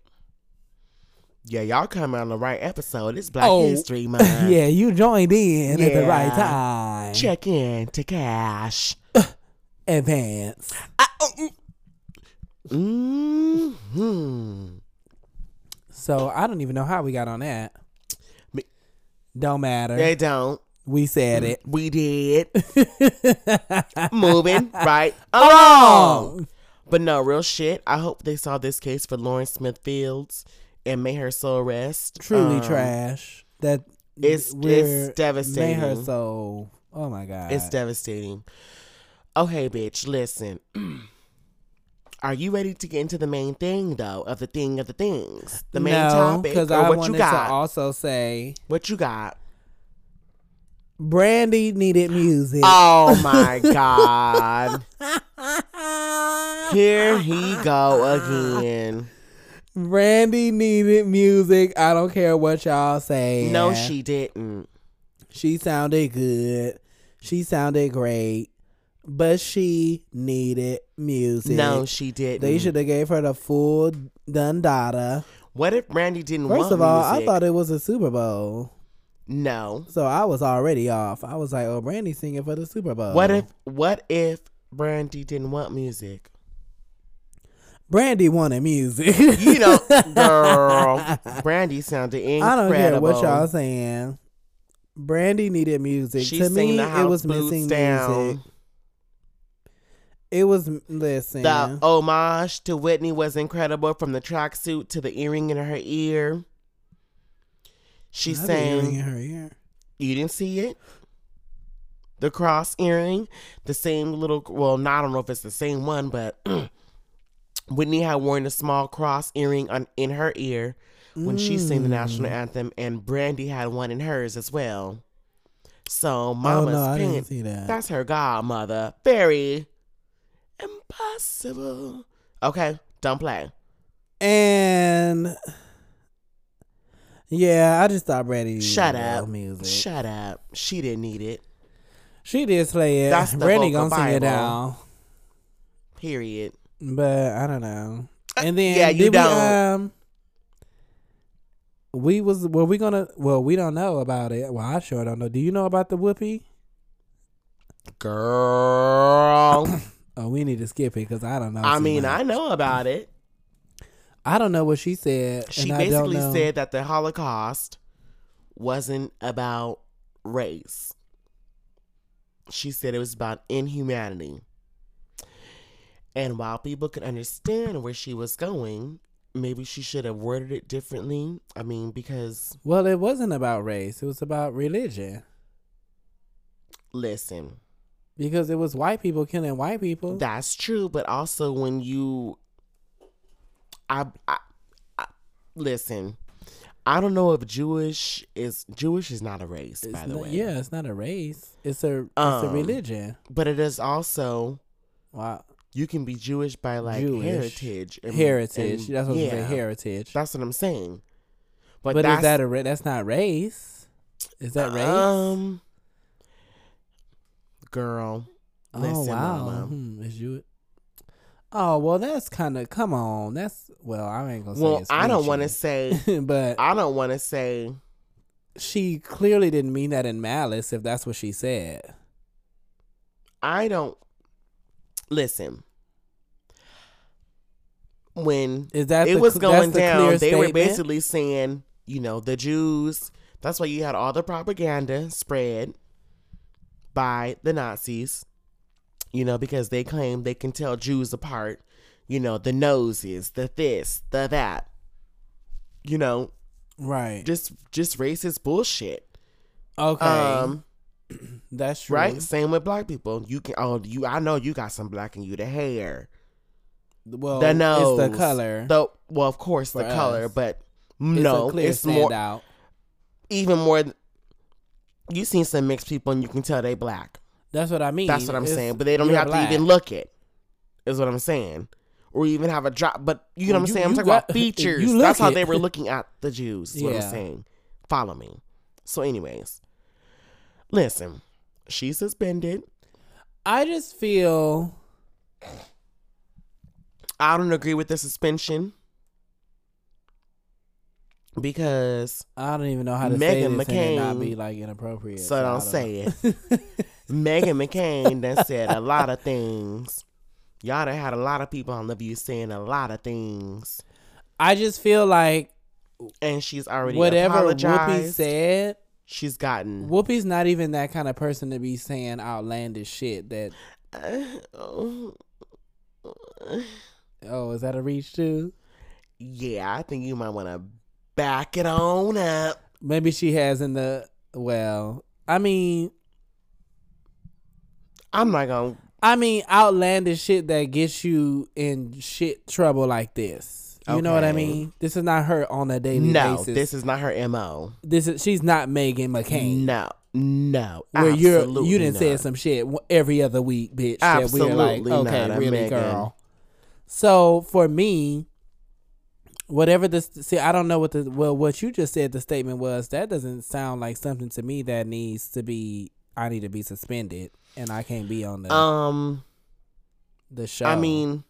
[SPEAKER 3] Yeah, y'all coming on the right episode. It's Black
[SPEAKER 4] Oh,
[SPEAKER 3] History Month.
[SPEAKER 4] yeah you joined in at the right
[SPEAKER 3] Yeah.
[SPEAKER 4] time
[SPEAKER 3] Check in to cash.
[SPEAKER 4] advance
[SPEAKER 3] hmm
[SPEAKER 4] So I don't even know how we got on that.
[SPEAKER 3] Me- Mm.
[SPEAKER 4] Don't matter.
[SPEAKER 3] They don't.
[SPEAKER 4] we said it.
[SPEAKER 3] We did. Moving right
[SPEAKER 4] Oh,
[SPEAKER 3] along. But no, real shit. I hope they saw this case for Lauren Smith Fields and may her soul rest.
[SPEAKER 4] Truly
[SPEAKER 3] Um,
[SPEAKER 4] trash. That
[SPEAKER 3] it's-
[SPEAKER 4] we're-
[SPEAKER 3] it's devastating.
[SPEAKER 4] Made her so. Oh my god.
[SPEAKER 3] It's devastating. Oh hey, bitch, listen. Are you ready to get into the main thing though of the thing of the things? The main topic
[SPEAKER 4] Because
[SPEAKER 3] or
[SPEAKER 4] I
[SPEAKER 3] what
[SPEAKER 4] wanted
[SPEAKER 3] you got?
[SPEAKER 4] to also say
[SPEAKER 3] what you got?
[SPEAKER 4] Brandy needed music.
[SPEAKER 3] Oh my god. Here he go again.
[SPEAKER 4] Brandy needed music. I don't care what y'all say.
[SPEAKER 3] No, she didn't.
[SPEAKER 4] She sounded good. She sounded great. But she needed music.
[SPEAKER 3] No, she didn't.
[SPEAKER 4] They should have gave her the full Dundada.
[SPEAKER 3] What if Brandy didn't want
[SPEAKER 4] First of all, I
[SPEAKER 3] music?
[SPEAKER 4] thought it was a Super Bowl,
[SPEAKER 3] no.
[SPEAKER 4] so I was already off. I was like, "Oh, Brandy's singing for the Super Bowl."
[SPEAKER 3] What if what if Brandy didn't want music?
[SPEAKER 4] Brandy wanted music?
[SPEAKER 3] You know, girl, Brandy sounded incredible.
[SPEAKER 4] I don't care what y'all saying. Brandy needed music.
[SPEAKER 3] She
[SPEAKER 4] to
[SPEAKER 3] sing
[SPEAKER 4] me,
[SPEAKER 3] the
[SPEAKER 4] it
[SPEAKER 3] house
[SPEAKER 4] was
[SPEAKER 3] boots
[SPEAKER 4] missing
[SPEAKER 3] down.
[SPEAKER 4] music. It was listen.
[SPEAKER 3] The oh, homage to Whitney was incredible from the tracksuit to the earring in her ear. She
[SPEAKER 4] Another earring in
[SPEAKER 3] sang,
[SPEAKER 4] her ear.
[SPEAKER 3] You didn't see it? The cross earring, the same little, well, no, I don't know if it's the same one, but Whitney had worn a small cross earring on, in her ear when she sang the
[SPEAKER 4] Mm.
[SPEAKER 3] national anthem, and Brandy had one in hers as well. So, Mama's
[SPEAKER 4] oh no, I
[SPEAKER 3] pink
[SPEAKER 4] didn't see that.
[SPEAKER 3] That's her godmother. Very impossible. Okay, don't play.
[SPEAKER 4] and yeah, I just thought Brandy. needed
[SPEAKER 3] Shut
[SPEAKER 4] more
[SPEAKER 3] up.
[SPEAKER 4] Music.
[SPEAKER 3] Shut up. She didn't need it.
[SPEAKER 4] She did play it.
[SPEAKER 3] That's the
[SPEAKER 4] Brandy
[SPEAKER 3] vocal
[SPEAKER 4] gonna sing it
[SPEAKER 3] Bible.
[SPEAKER 4] down,
[SPEAKER 3] Period.
[SPEAKER 4] but I don't know. And then
[SPEAKER 3] yeah, you
[SPEAKER 4] did
[SPEAKER 3] don't.
[SPEAKER 4] We, um, we was were we gonna? Well, we don't know about it. Well, I sure don't know. Do you know about the whoopee?
[SPEAKER 3] Girl.
[SPEAKER 4] Oh, we need to skip it because I don't know.
[SPEAKER 3] I
[SPEAKER 4] too
[SPEAKER 3] mean,
[SPEAKER 4] much.
[SPEAKER 3] I know about it.
[SPEAKER 4] I don't know what she said.
[SPEAKER 3] She
[SPEAKER 4] and I don't
[SPEAKER 3] basically
[SPEAKER 4] know-
[SPEAKER 3] said that the Holocaust wasn't about race. She said it was about inhumanity. And while people could understand where she was going, maybe she should have worded it differently. I mean, because
[SPEAKER 4] Well, it wasn't about race. It was about religion
[SPEAKER 3] listen,
[SPEAKER 4] because it was white people killing white people.
[SPEAKER 3] that's true, but also when you I, I, I listen, I don't know if Jewish is Jewish is not a race,
[SPEAKER 4] It's
[SPEAKER 3] by the
[SPEAKER 4] not-
[SPEAKER 3] way.
[SPEAKER 4] yeah, it's not a race. It's a it's a
[SPEAKER 3] Um,
[SPEAKER 4] religion.
[SPEAKER 3] But it is also
[SPEAKER 4] Wow,
[SPEAKER 3] you can be Jewish by like
[SPEAKER 4] Jewish.
[SPEAKER 3] heritage. and-
[SPEAKER 4] heritage.
[SPEAKER 3] and-
[SPEAKER 4] that's what I'm
[SPEAKER 3] yeah,
[SPEAKER 4] saying. Heritage.
[SPEAKER 3] That's what I'm saying. But,
[SPEAKER 4] but
[SPEAKER 3] that's,
[SPEAKER 4] is that a ra- that's not race? Is that race?
[SPEAKER 3] Um, girl,
[SPEAKER 4] oh
[SPEAKER 3] listen,
[SPEAKER 4] wow,
[SPEAKER 3] mama.
[SPEAKER 4] Hmm, is you? Oh well, that's kind of come on. That's well, I ain't gonna say.
[SPEAKER 3] well,
[SPEAKER 4] it's
[SPEAKER 3] I don't want to
[SPEAKER 4] reaching,
[SPEAKER 3] say.
[SPEAKER 4] but
[SPEAKER 3] I don't want to say.
[SPEAKER 4] she clearly didn't mean that in malice. If that's what she said,
[SPEAKER 3] I don't. Listen. When
[SPEAKER 4] is that
[SPEAKER 3] it
[SPEAKER 4] the,
[SPEAKER 3] was
[SPEAKER 4] cl-
[SPEAKER 3] going
[SPEAKER 4] that's the
[SPEAKER 3] down,
[SPEAKER 4] clear
[SPEAKER 3] they were
[SPEAKER 4] statement?
[SPEAKER 3] basically saying, you know, the Jews. That's why you had all the propaganda spread by the Nazis, you know, because they claim they can tell Jews apart, you know, the noses, the this, the that, you know,
[SPEAKER 4] right.
[SPEAKER 3] just just racist bullshit.
[SPEAKER 4] okay,
[SPEAKER 3] Um,
[SPEAKER 4] that's true.
[SPEAKER 3] right. Same with black people. You can. Oh, you. I know you got some black in you. The hair.
[SPEAKER 4] Well,
[SPEAKER 3] the nose,
[SPEAKER 4] Oh, it's the color.
[SPEAKER 3] The well, of course, the
[SPEAKER 4] For
[SPEAKER 3] color,
[SPEAKER 4] us.
[SPEAKER 3] but
[SPEAKER 4] it's
[SPEAKER 3] no,
[SPEAKER 4] a clear
[SPEAKER 3] it's more,
[SPEAKER 4] standout.
[SPEAKER 3] even more. th- You seen some mixed people, and you can tell they black.
[SPEAKER 4] That's what I mean.
[SPEAKER 3] That's what I'm
[SPEAKER 4] It's-
[SPEAKER 3] saying. But they don't
[SPEAKER 4] you're
[SPEAKER 3] have
[SPEAKER 4] black.
[SPEAKER 3] to even look it. Is what I'm saying, or even have a drop. But you know
[SPEAKER 4] Well,
[SPEAKER 3] what I'm
[SPEAKER 4] you-
[SPEAKER 3] saying. I'm
[SPEAKER 4] you
[SPEAKER 3] talking
[SPEAKER 4] got-
[SPEAKER 3] about features.
[SPEAKER 4] you
[SPEAKER 3] That's
[SPEAKER 4] look
[SPEAKER 3] how
[SPEAKER 4] it.
[SPEAKER 3] they were looking at the Jews. Is what I'm
[SPEAKER 4] Yeah.
[SPEAKER 3] saying. Follow me. So, anyways, listen. She's suspended.
[SPEAKER 4] I just feel
[SPEAKER 3] I don't agree with the suspension because
[SPEAKER 4] I don't even know how to
[SPEAKER 3] Meghan
[SPEAKER 4] say this and it not
[SPEAKER 3] McCain.
[SPEAKER 4] be like inappropriate.
[SPEAKER 3] So don't
[SPEAKER 4] I
[SPEAKER 3] say it.
[SPEAKER 4] know.
[SPEAKER 3] Megan McCain done said a lot of things. Y'all done had a lot of people on the view saying a lot of things.
[SPEAKER 4] I just feel like
[SPEAKER 3] And she's already
[SPEAKER 4] whatever Whoopi
[SPEAKER 3] apologized. Mm.
[SPEAKER 4] said,
[SPEAKER 3] she's gotten
[SPEAKER 4] Whoopi's not even that kind of person to be saying outlandish shit. That oh, is that a reach too?
[SPEAKER 3] Yeah, I think you might wanna back it on up.
[SPEAKER 4] Maybe she has in the well. I mean,
[SPEAKER 3] I'm not gonna
[SPEAKER 4] I mean outlandish shit that gets you in shit trouble like this. You know what I
[SPEAKER 3] Okay.
[SPEAKER 4] mean? This is not her on a daily
[SPEAKER 3] No,
[SPEAKER 4] basis.
[SPEAKER 3] this is not her MO.
[SPEAKER 4] this is she's not Megan McCain.
[SPEAKER 3] No. No.
[SPEAKER 4] where you're
[SPEAKER 3] absolutely
[SPEAKER 4] you didn't say
[SPEAKER 3] not.
[SPEAKER 4] some shit w- every other week, bitch. that we're
[SPEAKER 3] Absolutely
[SPEAKER 4] like, okay,
[SPEAKER 3] not,
[SPEAKER 4] really,
[SPEAKER 3] Megan.
[SPEAKER 4] girl. So for me, whatever this see, I don't know what the well what you just said. The statement was that doesn't sound like something to me that needs to be. I need to be suspended, and I can't be on the
[SPEAKER 3] Um
[SPEAKER 4] the show.
[SPEAKER 3] I mean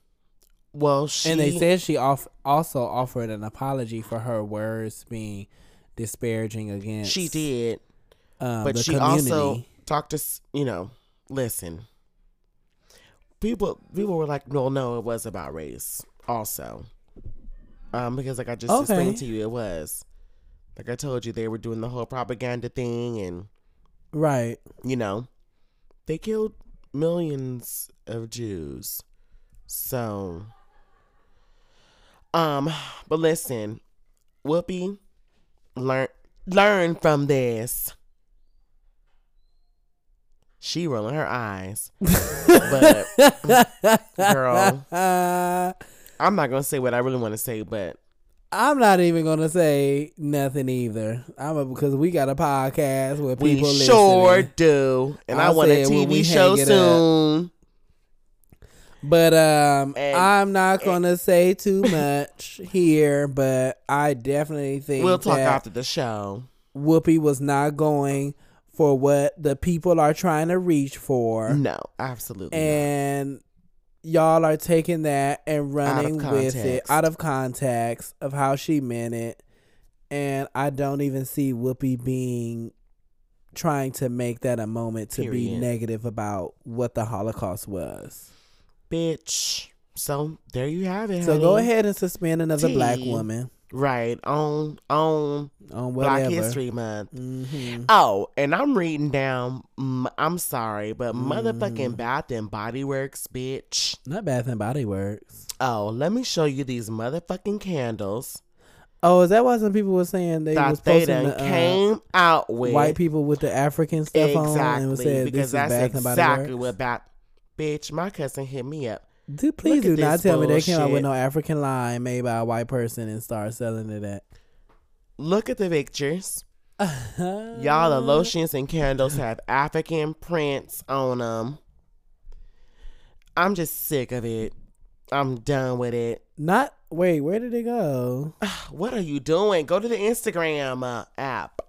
[SPEAKER 3] well she
[SPEAKER 4] and they said she off also offered an apology for her words being disparaging against
[SPEAKER 3] she did.
[SPEAKER 4] um,
[SPEAKER 3] but
[SPEAKER 4] the
[SPEAKER 3] she
[SPEAKER 4] community.
[SPEAKER 3] also talked to s- you know listen people people were like no no it was about race also um because like i just explained
[SPEAKER 4] Okay.
[SPEAKER 3] to you it was like i told you they were doing the whole propaganda thing and
[SPEAKER 4] right.
[SPEAKER 3] you know they killed millions of jews so um but listen whoopi learn learn from this she rolling her eyes but girl. i'm not gonna say what i really want to say but
[SPEAKER 4] I'm not even gonna say nothing either. I'm a, because we got a podcast where
[SPEAKER 3] we
[SPEAKER 4] people
[SPEAKER 3] sure
[SPEAKER 4] listening.
[SPEAKER 3] do and i,
[SPEAKER 4] I
[SPEAKER 3] want a
[SPEAKER 4] said when we
[SPEAKER 3] tv show
[SPEAKER 4] hang it up.
[SPEAKER 3] soon
[SPEAKER 4] But um,
[SPEAKER 3] And-
[SPEAKER 4] I'm not gonna say too much here. But I definitely think
[SPEAKER 3] we'll talk
[SPEAKER 4] that
[SPEAKER 3] after the show
[SPEAKER 4] Whoopi was not going for what the people are trying to reach for,
[SPEAKER 3] no absolutely not.
[SPEAKER 4] and y'all are taking that and running with it
[SPEAKER 3] context.
[SPEAKER 4] out of context of how she meant it. And I don't even see Whoopi being trying to make that a moment to be
[SPEAKER 3] Period.
[SPEAKER 4] negative about what the Holocaust was.
[SPEAKER 3] bitch. So there you have it.
[SPEAKER 4] So go
[SPEAKER 3] honey.
[SPEAKER 4] ahead and suspend another black
[SPEAKER 3] Tea.
[SPEAKER 4] woman.
[SPEAKER 3] right on on
[SPEAKER 4] on
[SPEAKER 3] Black
[SPEAKER 4] whatever.
[SPEAKER 3] History Month.
[SPEAKER 4] hmm
[SPEAKER 3] Oh, and I'm reading down. mm, I'm sorry, but
[SPEAKER 4] Mm.
[SPEAKER 3] motherfucking Bath and Body Works, bitch.
[SPEAKER 4] Not Bath and Body Works.
[SPEAKER 3] Oh, let me show you these motherfucking candles
[SPEAKER 4] Oh, is that why some people were saying they was
[SPEAKER 3] that they
[SPEAKER 4] posting
[SPEAKER 3] done
[SPEAKER 4] the, uh,
[SPEAKER 3] came out with.
[SPEAKER 4] white people with the African stuff on and
[SPEAKER 3] exactly,
[SPEAKER 4] said this
[SPEAKER 3] because
[SPEAKER 4] is
[SPEAKER 3] that's
[SPEAKER 4] Bath and Body
[SPEAKER 3] exactly
[SPEAKER 4] Works?
[SPEAKER 3] what Bath. Bitch, my cousin hit me up.
[SPEAKER 4] Do, please
[SPEAKER 3] Look
[SPEAKER 4] do
[SPEAKER 3] at
[SPEAKER 4] not
[SPEAKER 3] this
[SPEAKER 4] tell me they came out with
[SPEAKER 3] bullshit.
[SPEAKER 4] no African line made by a white person and start selling it at.
[SPEAKER 3] Look at the pictures. Y'all,
[SPEAKER 4] Mm-hmm.
[SPEAKER 3] the lotions and candles have African prints on them. I'm just sick of it. I'm done with it.
[SPEAKER 4] Not wait. Where did it go?
[SPEAKER 3] What are you doing? Go to the Instagram uh, app.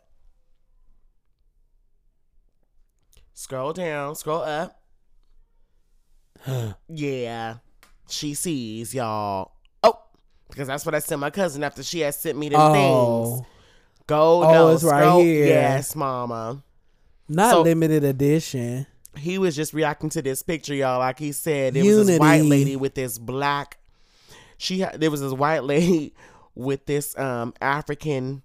[SPEAKER 3] Scroll down, scroll up. yeah, she sees y'all. Oh, because that's what I sent my cousin after she had sent me them things.
[SPEAKER 4] Oh,
[SPEAKER 3] Go,
[SPEAKER 4] Oh,
[SPEAKER 3] no,
[SPEAKER 4] it's right
[SPEAKER 3] scroll-
[SPEAKER 4] here.
[SPEAKER 3] Yes, mama.
[SPEAKER 4] not
[SPEAKER 3] So-
[SPEAKER 4] limited edition.
[SPEAKER 3] He was just reacting to this picture, y'all. Like he said, it was
[SPEAKER 4] Unity.
[SPEAKER 3] this white lady with this black. She had there was this white lady with this um African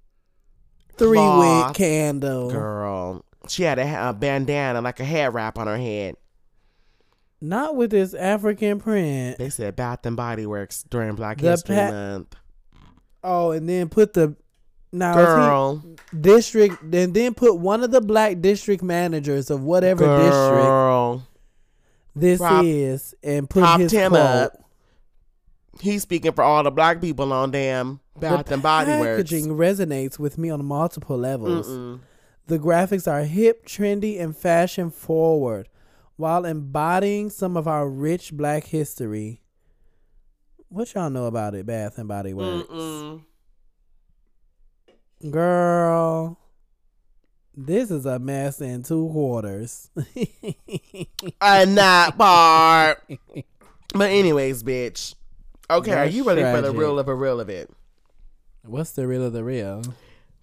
[SPEAKER 4] Three wick
[SPEAKER 3] Cloth.
[SPEAKER 4] candle.
[SPEAKER 3] Girl, she had a, ha- a bandana, like a hair wrap on her head.
[SPEAKER 4] Not with this African print.
[SPEAKER 3] They said Bath and Body Works during Black
[SPEAKER 4] The
[SPEAKER 3] History
[SPEAKER 4] pa-
[SPEAKER 3] Month.
[SPEAKER 4] Oh, and then put the now Oh, is he-
[SPEAKER 3] Girl,
[SPEAKER 4] district, and then put one of the black district managers of whatever district
[SPEAKER 3] girl,
[SPEAKER 4] this
[SPEAKER 3] Prop-
[SPEAKER 4] is, and put
[SPEAKER 3] propped
[SPEAKER 4] his
[SPEAKER 3] him
[SPEAKER 4] quote.
[SPEAKER 3] up. He's speaking for all the black people on damn Bath and Body Works.
[SPEAKER 4] packaging resonates with me on multiple levels.
[SPEAKER 3] Mm-mm.
[SPEAKER 4] The graphics are hip, trendy, and fashion forward while embodying some of our rich black history. What y'all know about it, Bath and Body Works?
[SPEAKER 3] Mm-mm.
[SPEAKER 4] Girl, this is a mess in two quarters.
[SPEAKER 3] And that part. but anyways, bitch. Okay, are
[SPEAKER 4] That's
[SPEAKER 3] you ready for the
[SPEAKER 4] tragic.
[SPEAKER 3] real of a real of it?
[SPEAKER 4] What's the real of the real?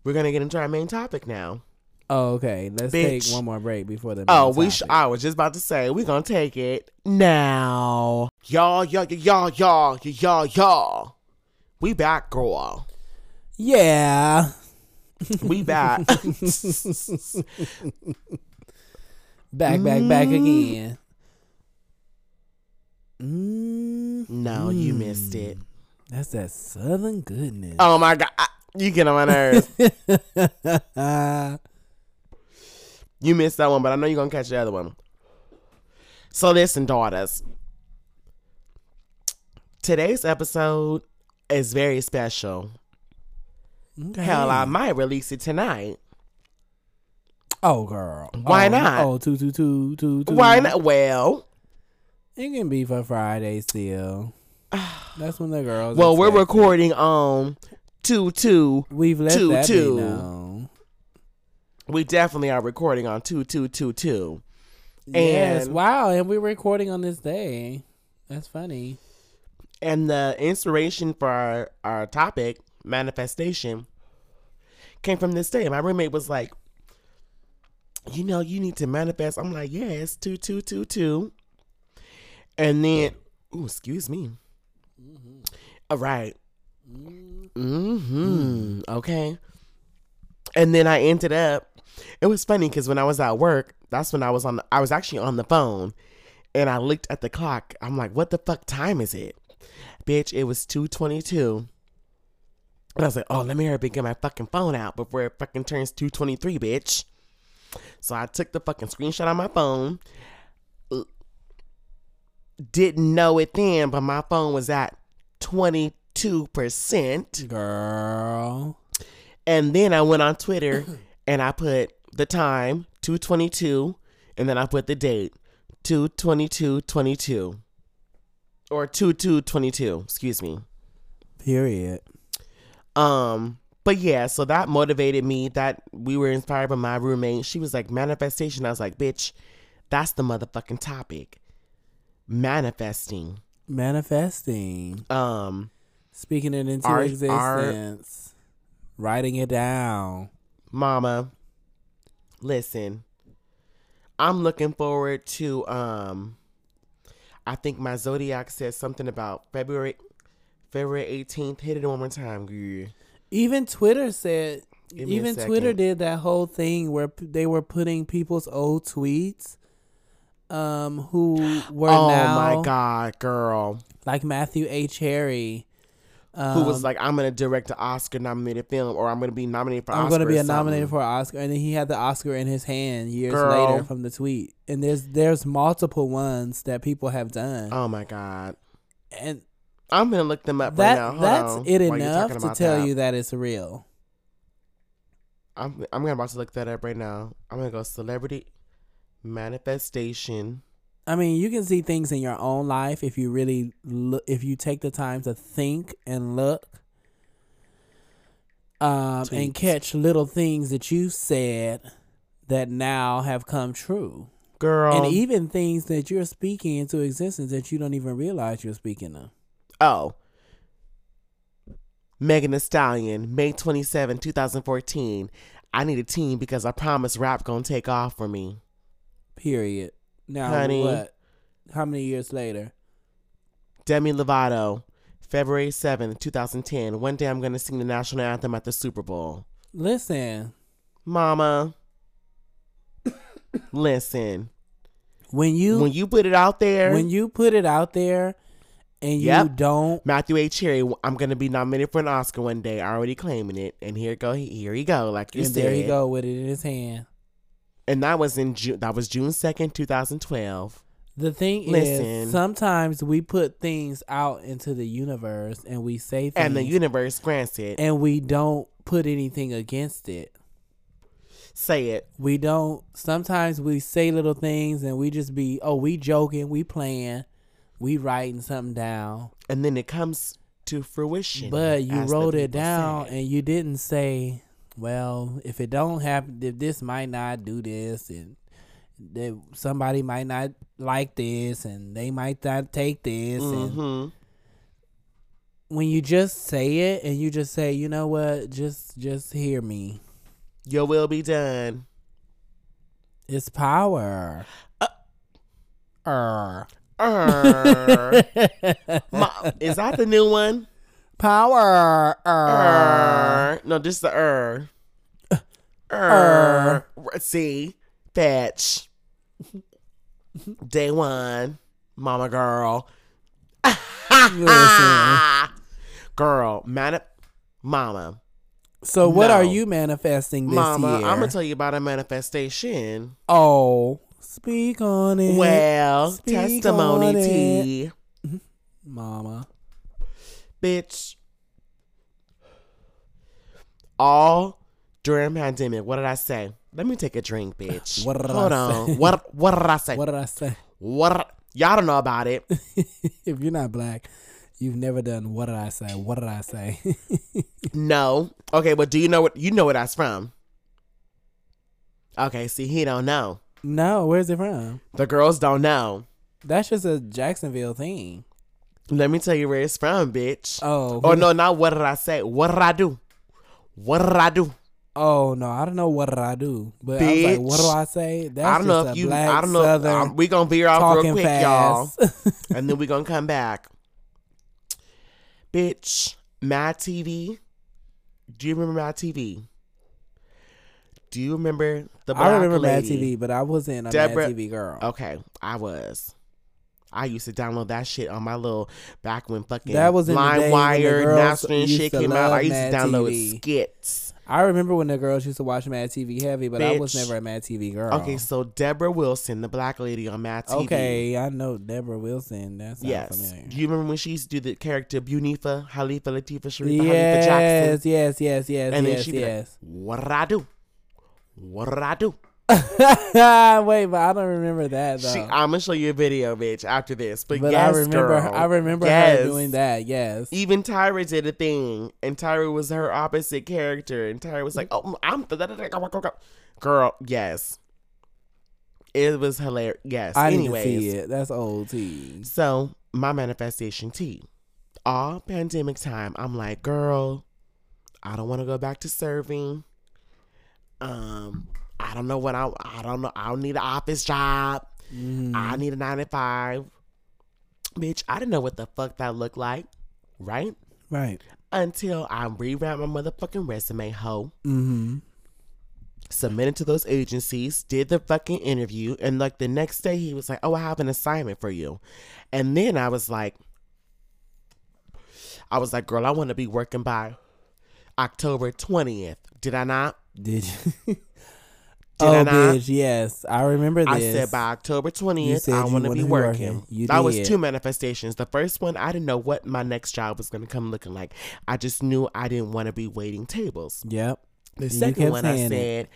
[SPEAKER 3] We're gonna get into our main topic now.
[SPEAKER 4] Oh, okay. Let's take
[SPEAKER 3] Bitch.
[SPEAKER 4] one more break before the.
[SPEAKER 3] Oh,
[SPEAKER 4] main
[SPEAKER 3] we. Sh-
[SPEAKER 4] topic.
[SPEAKER 3] I was just about to say we gonna take it now, y'all, y'all, y'all, y'all, y'all, y'all, y'all. We back, girl.
[SPEAKER 4] yeah,
[SPEAKER 3] We back.
[SPEAKER 4] back, back, back
[SPEAKER 3] Mm.
[SPEAKER 4] again. Mm,
[SPEAKER 3] no, you missed it.
[SPEAKER 4] that's that southern goodness.
[SPEAKER 3] Oh my god, I- you get on my nerves. you missed that one, but I know you're gonna catch the other one. So listen, daughters. Today's episode is very special.
[SPEAKER 4] Okay.
[SPEAKER 3] Hell, I might release it tonight.
[SPEAKER 4] oh girl,
[SPEAKER 3] Why
[SPEAKER 4] Oh,
[SPEAKER 3] not?
[SPEAKER 4] Oh, two, two, two, two, two.
[SPEAKER 3] Why not? Well,
[SPEAKER 4] It can be for Friday still. That's when the girls.
[SPEAKER 3] well, we're
[SPEAKER 4] expect it.
[SPEAKER 3] recording on two two.
[SPEAKER 4] We've let
[SPEAKER 3] two,
[SPEAKER 4] that
[SPEAKER 3] two.
[SPEAKER 4] be known.
[SPEAKER 3] We definitely are recording on two two two two.
[SPEAKER 4] yes.
[SPEAKER 3] And-
[SPEAKER 4] Wow. And we're recording on this day. That's funny.
[SPEAKER 3] And the inspiration for our, our topic, manifestation, came from this day. My roommate was like, You know, you need to manifest. I'm like, Yeah, it's 2222. And then, ooh, excuse me. All right. Mm-hmm. Okay. And then I ended up, it was funny because when I was at work, that's when I was on, the, I was actually on the phone and I looked at the clock. I'm like, what the fuck time is it? Bitch, it was 222. And I was like, oh, let me hurry up and get my fucking phone out before it fucking turns 223, bitch. So I took the fucking screenshot on my phone. L- Didn't know it then, but my phone was at 22%.
[SPEAKER 4] Girl.
[SPEAKER 3] And then I went on Twitter and I put the time 222 and then I put the date 22222 or 2222, excuse me.
[SPEAKER 4] Period.
[SPEAKER 3] Um but yeah, so that motivated me that we were inspired by my roommate. She was like manifestation. I was like, "Bitch, that's the motherfucking topic. Manifesting."
[SPEAKER 4] Manifesting.
[SPEAKER 3] Um
[SPEAKER 4] Speaking it into
[SPEAKER 3] Our- our-
[SPEAKER 4] existence. Writing it down.
[SPEAKER 3] Mama, listen. I'm looking forward to um I think my zodiac says something about February February 18th. Hit it one more time, girl.
[SPEAKER 4] Even Twitter said.
[SPEAKER 3] Give me a
[SPEAKER 4] Even
[SPEAKER 3] second.
[SPEAKER 4] Twitter did that whole thing where p- they were putting people's old tweets, um, who were
[SPEAKER 3] oh
[SPEAKER 4] now
[SPEAKER 3] my god, girl,
[SPEAKER 4] like Matthew H. Harry, um,
[SPEAKER 3] who was like, I'm gonna direct an Oscar-nominated film, or I'm gonna be nominated for.
[SPEAKER 4] I'm
[SPEAKER 3] Oscar
[SPEAKER 4] going to be
[SPEAKER 3] or
[SPEAKER 4] a nominated
[SPEAKER 3] something."
[SPEAKER 4] for an Oscar, and then he had the Oscar in his hand years
[SPEAKER 3] Girl.
[SPEAKER 4] later from the tweet. And there's there's multiple ones that people have done,
[SPEAKER 3] Oh my god,
[SPEAKER 4] and
[SPEAKER 3] I'm gonna look them up
[SPEAKER 4] that
[SPEAKER 3] right now. Hold
[SPEAKER 4] that's
[SPEAKER 3] on,
[SPEAKER 4] it
[SPEAKER 3] while you're
[SPEAKER 4] enough
[SPEAKER 3] talking
[SPEAKER 4] to
[SPEAKER 3] about
[SPEAKER 4] tell
[SPEAKER 3] that.
[SPEAKER 4] you that it's real.
[SPEAKER 3] I'm I'm gonna about to look that up right now. I'm gonna go celebrity manifestation.
[SPEAKER 4] I mean, you can see things in your own life if you really look, if you take the time to think and look, um,
[SPEAKER 3] Tweets.
[SPEAKER 4] and catch little things that you said that now have come true.
[SPEAKER 3] Girl.
[SPEAKER 4] and even things that you're speaking into existence that you don't even realize you're speaking of.
[SPEAKER 3] oh. Megan Thee Stallion, May 27, 2014. I need a team because I promise rap gonna take off for me.
[SPEAKER 4] Period. Now
[SPEAKER 3] Honey.
[SPEAKER 4] what? How many years later?
[SPEAKER 3] Demi Lovato, February 7, 2010. One day I'm gonna sing the national anthem at the Super Bowl.
[SPEAKER 4] Listen,
[SPEAKER 3] Mama, listen.
[SPEAKER 4] when you when
[SPEAKER 3] when
[SPEAKER 4] you,
[SPEAKER 3] you put it out there,
[SPEAKER 4] put it out there and you
[SPEAKER 3] Yep.
[SPEAKER 4] don't
[SPEAKER 3] Matthew A. Cherry, I'm gonna be nominated for an Oscar one day. Already claiming it, and here go, here he go, like you
[SPEAKER 4] and
[SPEAKER 3] said.
[SPEAKER 4] there you go with it in his hand.
[SPEAKER 3] And that was in June. That was June second, 2012.
[SPEAKER 4] The thing
[SPEAKER 3] Listen.
[SPEAKER 4] is sometimes we put things out into the universe and we say things
[SPEAKER 3] And the universe grants it.
[SPEAKER 4] and we don't put anything against it.
[SPEAKER 3] Say it.
[SPEAKER 4] we don't sometimes we say little things and we just be oh we joking we playing we writing something down
[SPEAKER 3] And then it comes to fruition.
[SPEAKER 4] but you
[SPEAKER 3] as the
[SPEAKER 4] wrote it
[SPEAKER 3] people
[SPEAKER 4] down
[SPEAKER 3] say.
[SPEAKER 4] and you didn't say well if it don't happen if this might not do this and that somebody might not like this and they might not take this and
[SPEAKER 3] Mhm.
[SPEAKER 4] when you just say it and you just say you know what just just hear me
[SPEAKER 3] Your will be done.
[SPEAKER 4] it's power
[SPEAKER 3] Uh.
[SPEAKER 4] Er.
[SPEAKER 3] Err. Ma- is that the new one?
[SPEAKER 4] Power.
[SPEAKER 3] Uh.
[SPEAKER 4] er.
[SPEAKER 3] Err. No, just the err. Err. See, fetch. Day one, mama girl.
[SPEAKER 4] Listen.
[SPEAKER 3] girl, man, mama,
[SPEAKER 4] So what
[SPEAKER 3] No.
[SPEAKER 4] are you manifesting this
[SPEAKER 3] mama.
[SPEAKER 4] year?
[SPEAKER 3] I'm gonna tell you about a manifestation.
[SPEAKER 4] oh, speak on it,
[SPEAKER 3] Well,
[SPEAKER 4] Speak on
[SPEAKER 3] testimony
[SPEAKER 4] it.
[SPEAKER 3] tea,
[SPEAKER 4] Mama.
[SPEAKER 3] bitch. All during pandemic. What did I say? Let me take a drink, bitch.
[SPEAKER 4] What did I
[SPEAKER 3] Hold
[SPEAKER 4] say?
[SPEAKER 3] on. What what did I say?
[SPEAKER 4] What did I say?
[SPEAKER 3] What? Y'all don't know about it.
[SPEAKER 4] if you're not black, you've never done. What did I say? What did I say?
[SPEAKER 3] no. Okay, but do you know what? You know where that's from. Okay, see, he don't know.
[SPEAKER 4] no, where's it from?
[SPEAKER 3] The girls don't know.
[SPEAKER 4] That's just a Jacksonville thing.
[SPEAKER 3] Let me tell you where it's from, bitch.
[SPEAKER 4] Oh,
[SPEAKER 3] oh no, not what did I say? What did I do? What did I do?
[SPEAKER 4] Oh no, I don't know what did I do, but I was like,
[SPEAKER 3] Bitch.
[SPEAKER 4] what do I say? That's
[SPEAKER 3] I don't
[SPEAKER 4] just
[SPEAKER 3] know if
[SPEAKER 4] a
[SPEAKER 3] you.
[SPEAKER 4] black
[SPEAKER 3] I don't know. If,
[SPEAKER 4] southern
[SPEAKER 3] um, we gonna veer off real
[SPEAKER 4] talking
[SPEAKER 3] quick, y'all,
[SPEAKER 4] fast.
[SPEAKER 3] and then we gonna come back, bitch. My TV. Do you remember my TV? Do you remember the? Black
[SPEAKER 4] I remember Mad
[SPEAKER 3] lady?
[SPEAKER 4] TV, but I wasn't a
[SPEAKER 3] Deborah-
[SPEAKER 4] Mad TV girl.
[SPEAKER 3] Okay, I was. I used to download that shit on my little back when fucking
[SPEAKER 4] That was in the day when the
[SPEAKER 3] LimeWire,
[SPEAKER 4] girls
[SPEAKER 3] Napster and
[SPEAKER 4] used
[SPEAKER 3] shit
[SPEAKER 4] to
[SPEAKER 3] came out. I
[SPEAKER 4] love
[SPEAKER 3] used to
[SPEAKER 4] Mad
[SPEAKER 3] download
[SPEAKER 4] TV.
[SPEAKER 3] skits.
[SPEAKER 4] I remember when the girls used to watch Mad TV heavy, but I was
[SPEAKER 3] Bitch.
[SPEAKER 4] never a Mad TV girl.
[SPEAKER 3] Okay, so Deborah Wilson, the black lady on Mad TV.
[SPEAKER 4] Oh. Okay, I know Deborah Wilson. That's
[SPEAKER 3] Yes.
[SPEAKER 4] familiar.
[SPEAKER 3] Do you remember when she used to do the character Bunifa, Halifa Latifa Sharifa, Halifa Jackson?
[SPEAKER 4] Yes, yes, yes, yes,
[SPEAKER 3] And then
[SPEAKER 4] yes,
[SPEAKER 3] she'd be
[SPEAKER 4] yes.
[SPEAKER 3] like, What did I do? What did I do?
[SPEAKER 4] Wait, but I don't remember that though.
[SPEAKER 3] She, I'm gonna show you a video, bitch, after this. But,
[SPEAKER 4] but
[SPEAKER 3] yes,
[SPEAKER 4] I remember,
[SPEAKER 3] girl.
[SPEAKER 4] I remember
[SPEAKER 3] Yes.
[SPEAKER 4] her doing that. Yes,
[SPEAKER 3] Even Tyra did a thing, and Tyra was her opposite character, and Tyra was like, "Oh, I'm the girl." Yes, it was hilarious. Yes.
[SPEAKER 4] I
[SPEAKER 3] Anyways,
[SPEAKER 4] need to see it. That's old tea.
[SPEAKER 3] so my manifestation tea, all pandemic time, I'm like, girl, I don't want to go back to serving. Um, I don't know what I. I don't know. I don't need an office job.
[SPEAKER 4] Mhm.
[SPEAKER 3] I need a nine to five. Bitch, I didn't know what the fuck that looked like, right?
[SPEAKER 4] Right.
[SPEAKER 3] until I rewrite my motherfucking resume, hoe.
[SPEAKER 4] Mm-hmm.
[SPEAKER 3] Submitted to those agencies, did the fucking interview, and like the next day he was like, "Oh, I have an assignment for you," and then I was like, "I was like, girl, I want to be working by October twentieth." Did I not?
[SPEAKER 4] Did you?
[SPEAKER 3] I
[SPEAKER 4] oh,
[SPEAKER 3] not?
[SPEAKER 4] bitch, yes. I remember this.
[SPEAKER 3] I said by October
[SPEAKER 4] You
[SPEAKER 3] twentieth,
[SPEAKER 4] said
[SPEAKER 3] I
[SPEAKER 4] you
[SPEAKER 3] want to
[SPEAKER 4] wanna
[SPEAKER 3] be
[SPEAKER 4] be
[SPEAKER 3] working.
[SPEAKER 4] working. You
[SPEAKER 3] that was
[SPEAKER 4] did.
[SPEAKER 3] two manifestations. The first one, I didn't know what my next job was going to come looking like. I just knew I didn't want to be waiting tables.
[SPEAKER 4] Yep.
[SPEAKER 3] The
[SPEAKER 4] You
[SPEAKER 3] second
[SPEAKER 4] kept
[SPEAKER 3] one, I
[SPEAKER 4] saying it.
[SPEAKER 3] said,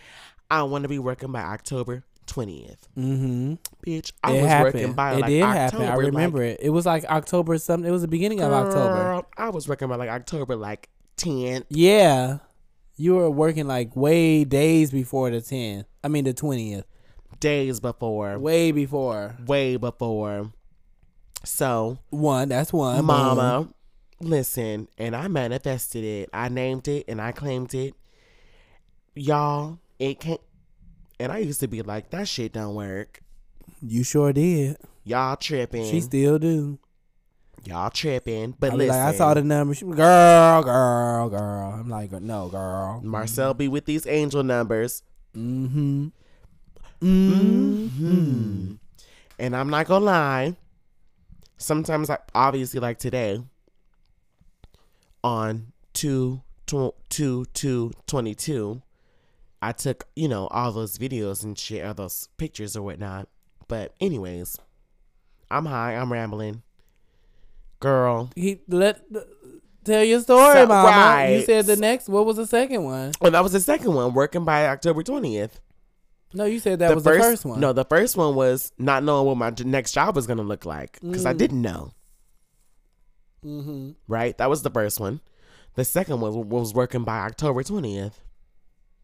[SPEAKER 3] I want to be working by October twentieth.
[SPEAKER 4] Mm-hmm.
[SPEAKER 3] Bitch, I
[SPEAKER 4] it
[SPEAKER 3] was
[SPEAKER 4] happened.
[SPEAKER 3] working by
[SPEAKER 4] it
[SPEAKER 3] like
[SPEAKER 4] did
[SPEAKER 3] October.
[SPEAKER 4] happen. I remember it. It was like October something. It was the beginning
[SPEAKER 3] like,
[SPEAKER 4] of October.
[SPEAKER 3] girl, I was working by like October like tenth.
[SPEAKER 4] Yeah. You were working like way days before the 10. I mean the 20th.
[SPEAKER 3] days before,
[SPEAKER 4] Way before.
[SPEAKER 3] way before. So,
[SPEAKER 4] One, that's one. boom.
[SPEAKER 3] mama, listen, and I manifested it. I named it and I claimed it. Y'all, it can't. And I used to be like, that shit don't work.
[SPEAKER 4] You sure did.
[SPEAKER 3] Y'all tripping.
[SPEAKER 4] She still do.
[SPEAKER 3] Y'all tripping. But
[SPEAKER 4] I be
[SPEAKER 3] listen,
[SPEAKER 4] like, I saw the number. She, girl, girl, girl. I'm like, no, girl.
[SPEAKER 3] Marcel be with these angel numbers.
[SPEAKER 4] Mm-hmm.
[SPEAKER 3] Hmm. And I'm not gonna lie. Sometimes I obviously like today on two tw- two two twenty two. I took, you know, all those videos and shit, all those pictures or whatnot. But anyways, I'm high, I'm rambling. Girl.
[SPEAKER 4] He let tell your story,
[SPEAKER 3] So-
[SPEAKER 4] mama. You
[SPEAKER 3] right.
[SPEAKER 4] said the next. What was the second one?
[SPEAKER 3] Well, that was the second one, working by October twentieth.
[SPEAKER 4] No, you said that was the first one.
[SPEAKER 3] No, the first one was not knowing what my j- next job was gonna look like because
[SPEAKER 4] Mm.
[SPEAKER 3] I didn't know.
[SPEAKER 4] Mm-hmm.
[SPEAKER 3] right? That was the first one. The second one was working by October 20th.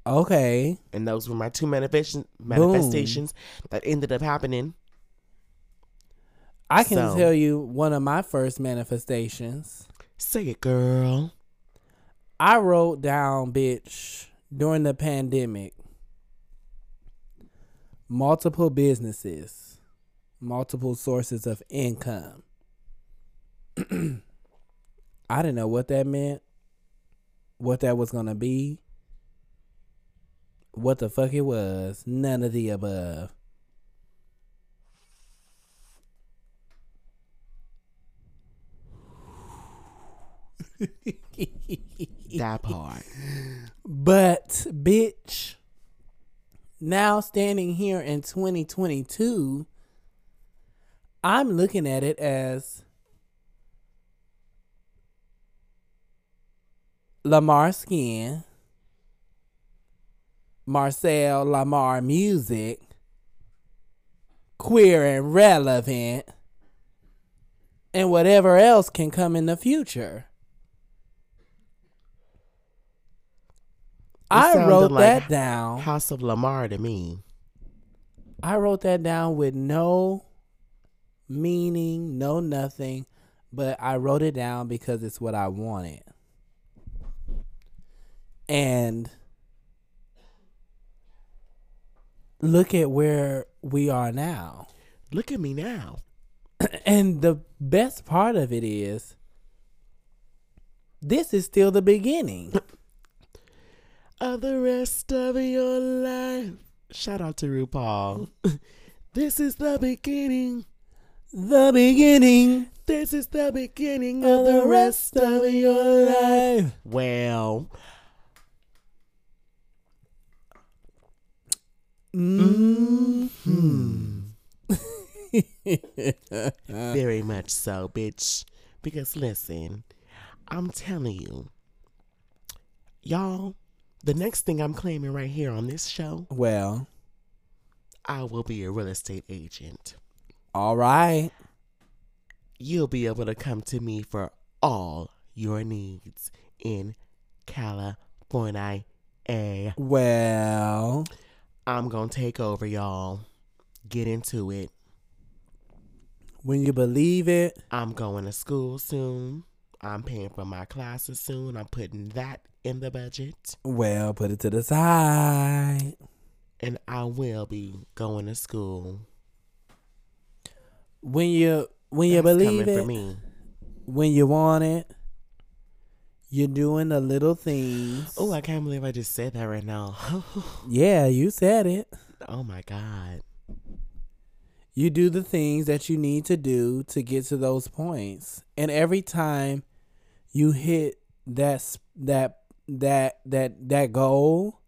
[SPEAKER 4] Okay.
[SPEAKER 3] And those were my two manifestation, manifestations that ended up happening.
[SPEAKER 4] I can
[SPEAKER 3] So-
[SPEAKER 4] tell you one of my first manifestations.
[SPEAKER 3] Say it, girl.
[SPEAKER 4] I wrote down, bitch, during the pandemic, multiple businesses, multiple sources of income. I didn't know what that meant, what that was going to be, what the fuck it was. None of the above.
[SPEAKER 3] That part.
[SPEAKER 4] But, bitch, now standing here in 2022, I'm looking at it as Lamar Skin, Marcel Lamar Music, Queer and Relevant, and whatever else can come in the future. I
[SPEAKER 3] sounded
[SPEAKER 4] wrote
[SPEAKER 3] like-
[SPEAKER 4] that down.
[SPEAKER 3] House of Lamar to me.
[SPEAKER 4] I wrote that down with no meaning, no nothing, but I wrote it down because it's what I wanted. And look at where we are now.
[SPEAKER 3] Look at me now.
[SPEAKER 4] And the best part of it is this is still the beginning.
[SPEAKER 3] Of the rest of your life. Shout out to RuPaul. this is the beginning.
[SPEAKER 4] the beginning
[SPEAKER 3] This is the beginning
[SPEAKER 4] of the rest of your life.
[SPEAKER 3] Well, mm-hmm. very much so, bitch. Because listen, I'm telling you, y'all, the next thing I'm claiming right here on this show,
[SPEAKER 4] Well,
[SPEAKER 3] I will be a real estate agent.
[SPEAKER 4] all right.
[SPEAKER 3] You'll be able to come to me for all your needs in California.
[SPEAKER 4] Well,
[SPEAKER 3] I'm gonna take over, y'all. Get into it.
[SPEAKER 4] when you believe it,
[SPEAKER 3] I'm going to school soon. I'm paying for my classes soon. I'm putting that in the budget.
[SPEAKER 4] well, put it to the side.
[SPEAKER 3] And I will be going to school.
[SPEAKER 4] When you when you
[SPEAKER 3] That's
[SPEAKER 4] believe
[SPEAKER 3] coming
[SPEAKER 4] it,
[SPEAKER 3] for me.
[SPEAKER 4] when you want it, You're doing the little things.
[SPEAKER 3] Oh, I can't believe I just said that right now.
[SPEAKER 4] yeah, you said it.
[SPEAKER 3] oh my God.
[SPEAKER 4] you do the things that you need to do to get to those points and every time you hit that s- that that that that goal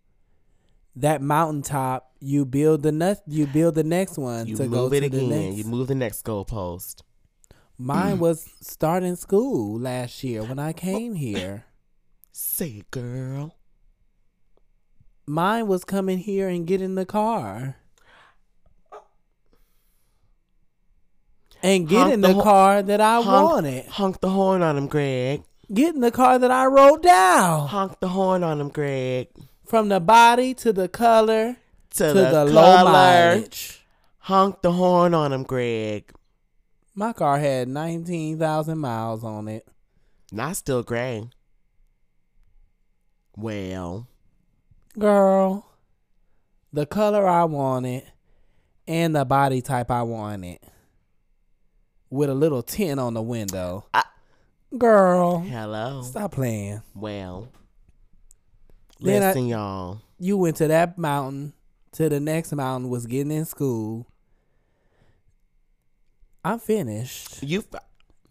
[SPEAKER 4] that mountaintop you build the nut you build the next one
[SPEAKER 3] You
[SPEAKER 4] to go
[SPEAKER 3] move it
[SPEAKER 4] to the
[SPEAKER 3] again.
[SPEAKER 4] next
[SPEAKER 3] You move the next goalpost. Mm.
[SPEAKER 4] mine was starting school last year when
[SPEAKER 3] Oh.
[SPEAKER 4] i came here
[SPEAKER 3] Say it, girl.
[SPEAKER 4] mine was coming here and get in the car and get
[SPEAKER 3] Honk
[SPEAKER 4] in
[SPEAKER 3] the
[SPEAKER 4] the,
[SPEAKER 3] ho-
[SPEAKER 4] car that i
[SPEAKER 3] honk,
[SPEAKER 4] wanted
[SPEAKER 3] Honk the horn on him, Greg.
[SPEAKER 4] get in the car that I rode down
[SPEAKER 3] Honk the horn on him, Greg.
[SPEAKER 4] from the body to the color
[SPEAKER 3] To,
[SPEAKER 4] to
[SPEAKER 3] the,
[SPEAKER 4] the, low
[SPEAKER 3] color.
[SPEAKER 4] mileage.
[SPEAKER 3] Honk the horn on him, Greg.
[SPEAKER 4] My car had 19,000 miles on it.
[SPEAKER 3] Not still gray. Well,
[SPEAKER 4] Girl, the color I wanted and the body type I wanted with a little tint on the window.
[SPEAKER 3] Ah.
[SPEAKER 4] Girl,
[SPEAKER 3] hello.
[SPEAKER 4] stop playing.
[SPEAKER 3] Well,
[SPEAKER 4] Then I-
[SPEAKER 3] listen, y'all.
[SPEAKER 4] you went to that mountain to the next mountain was getting in school. I'm finished.
[SPEAKER 3] You f-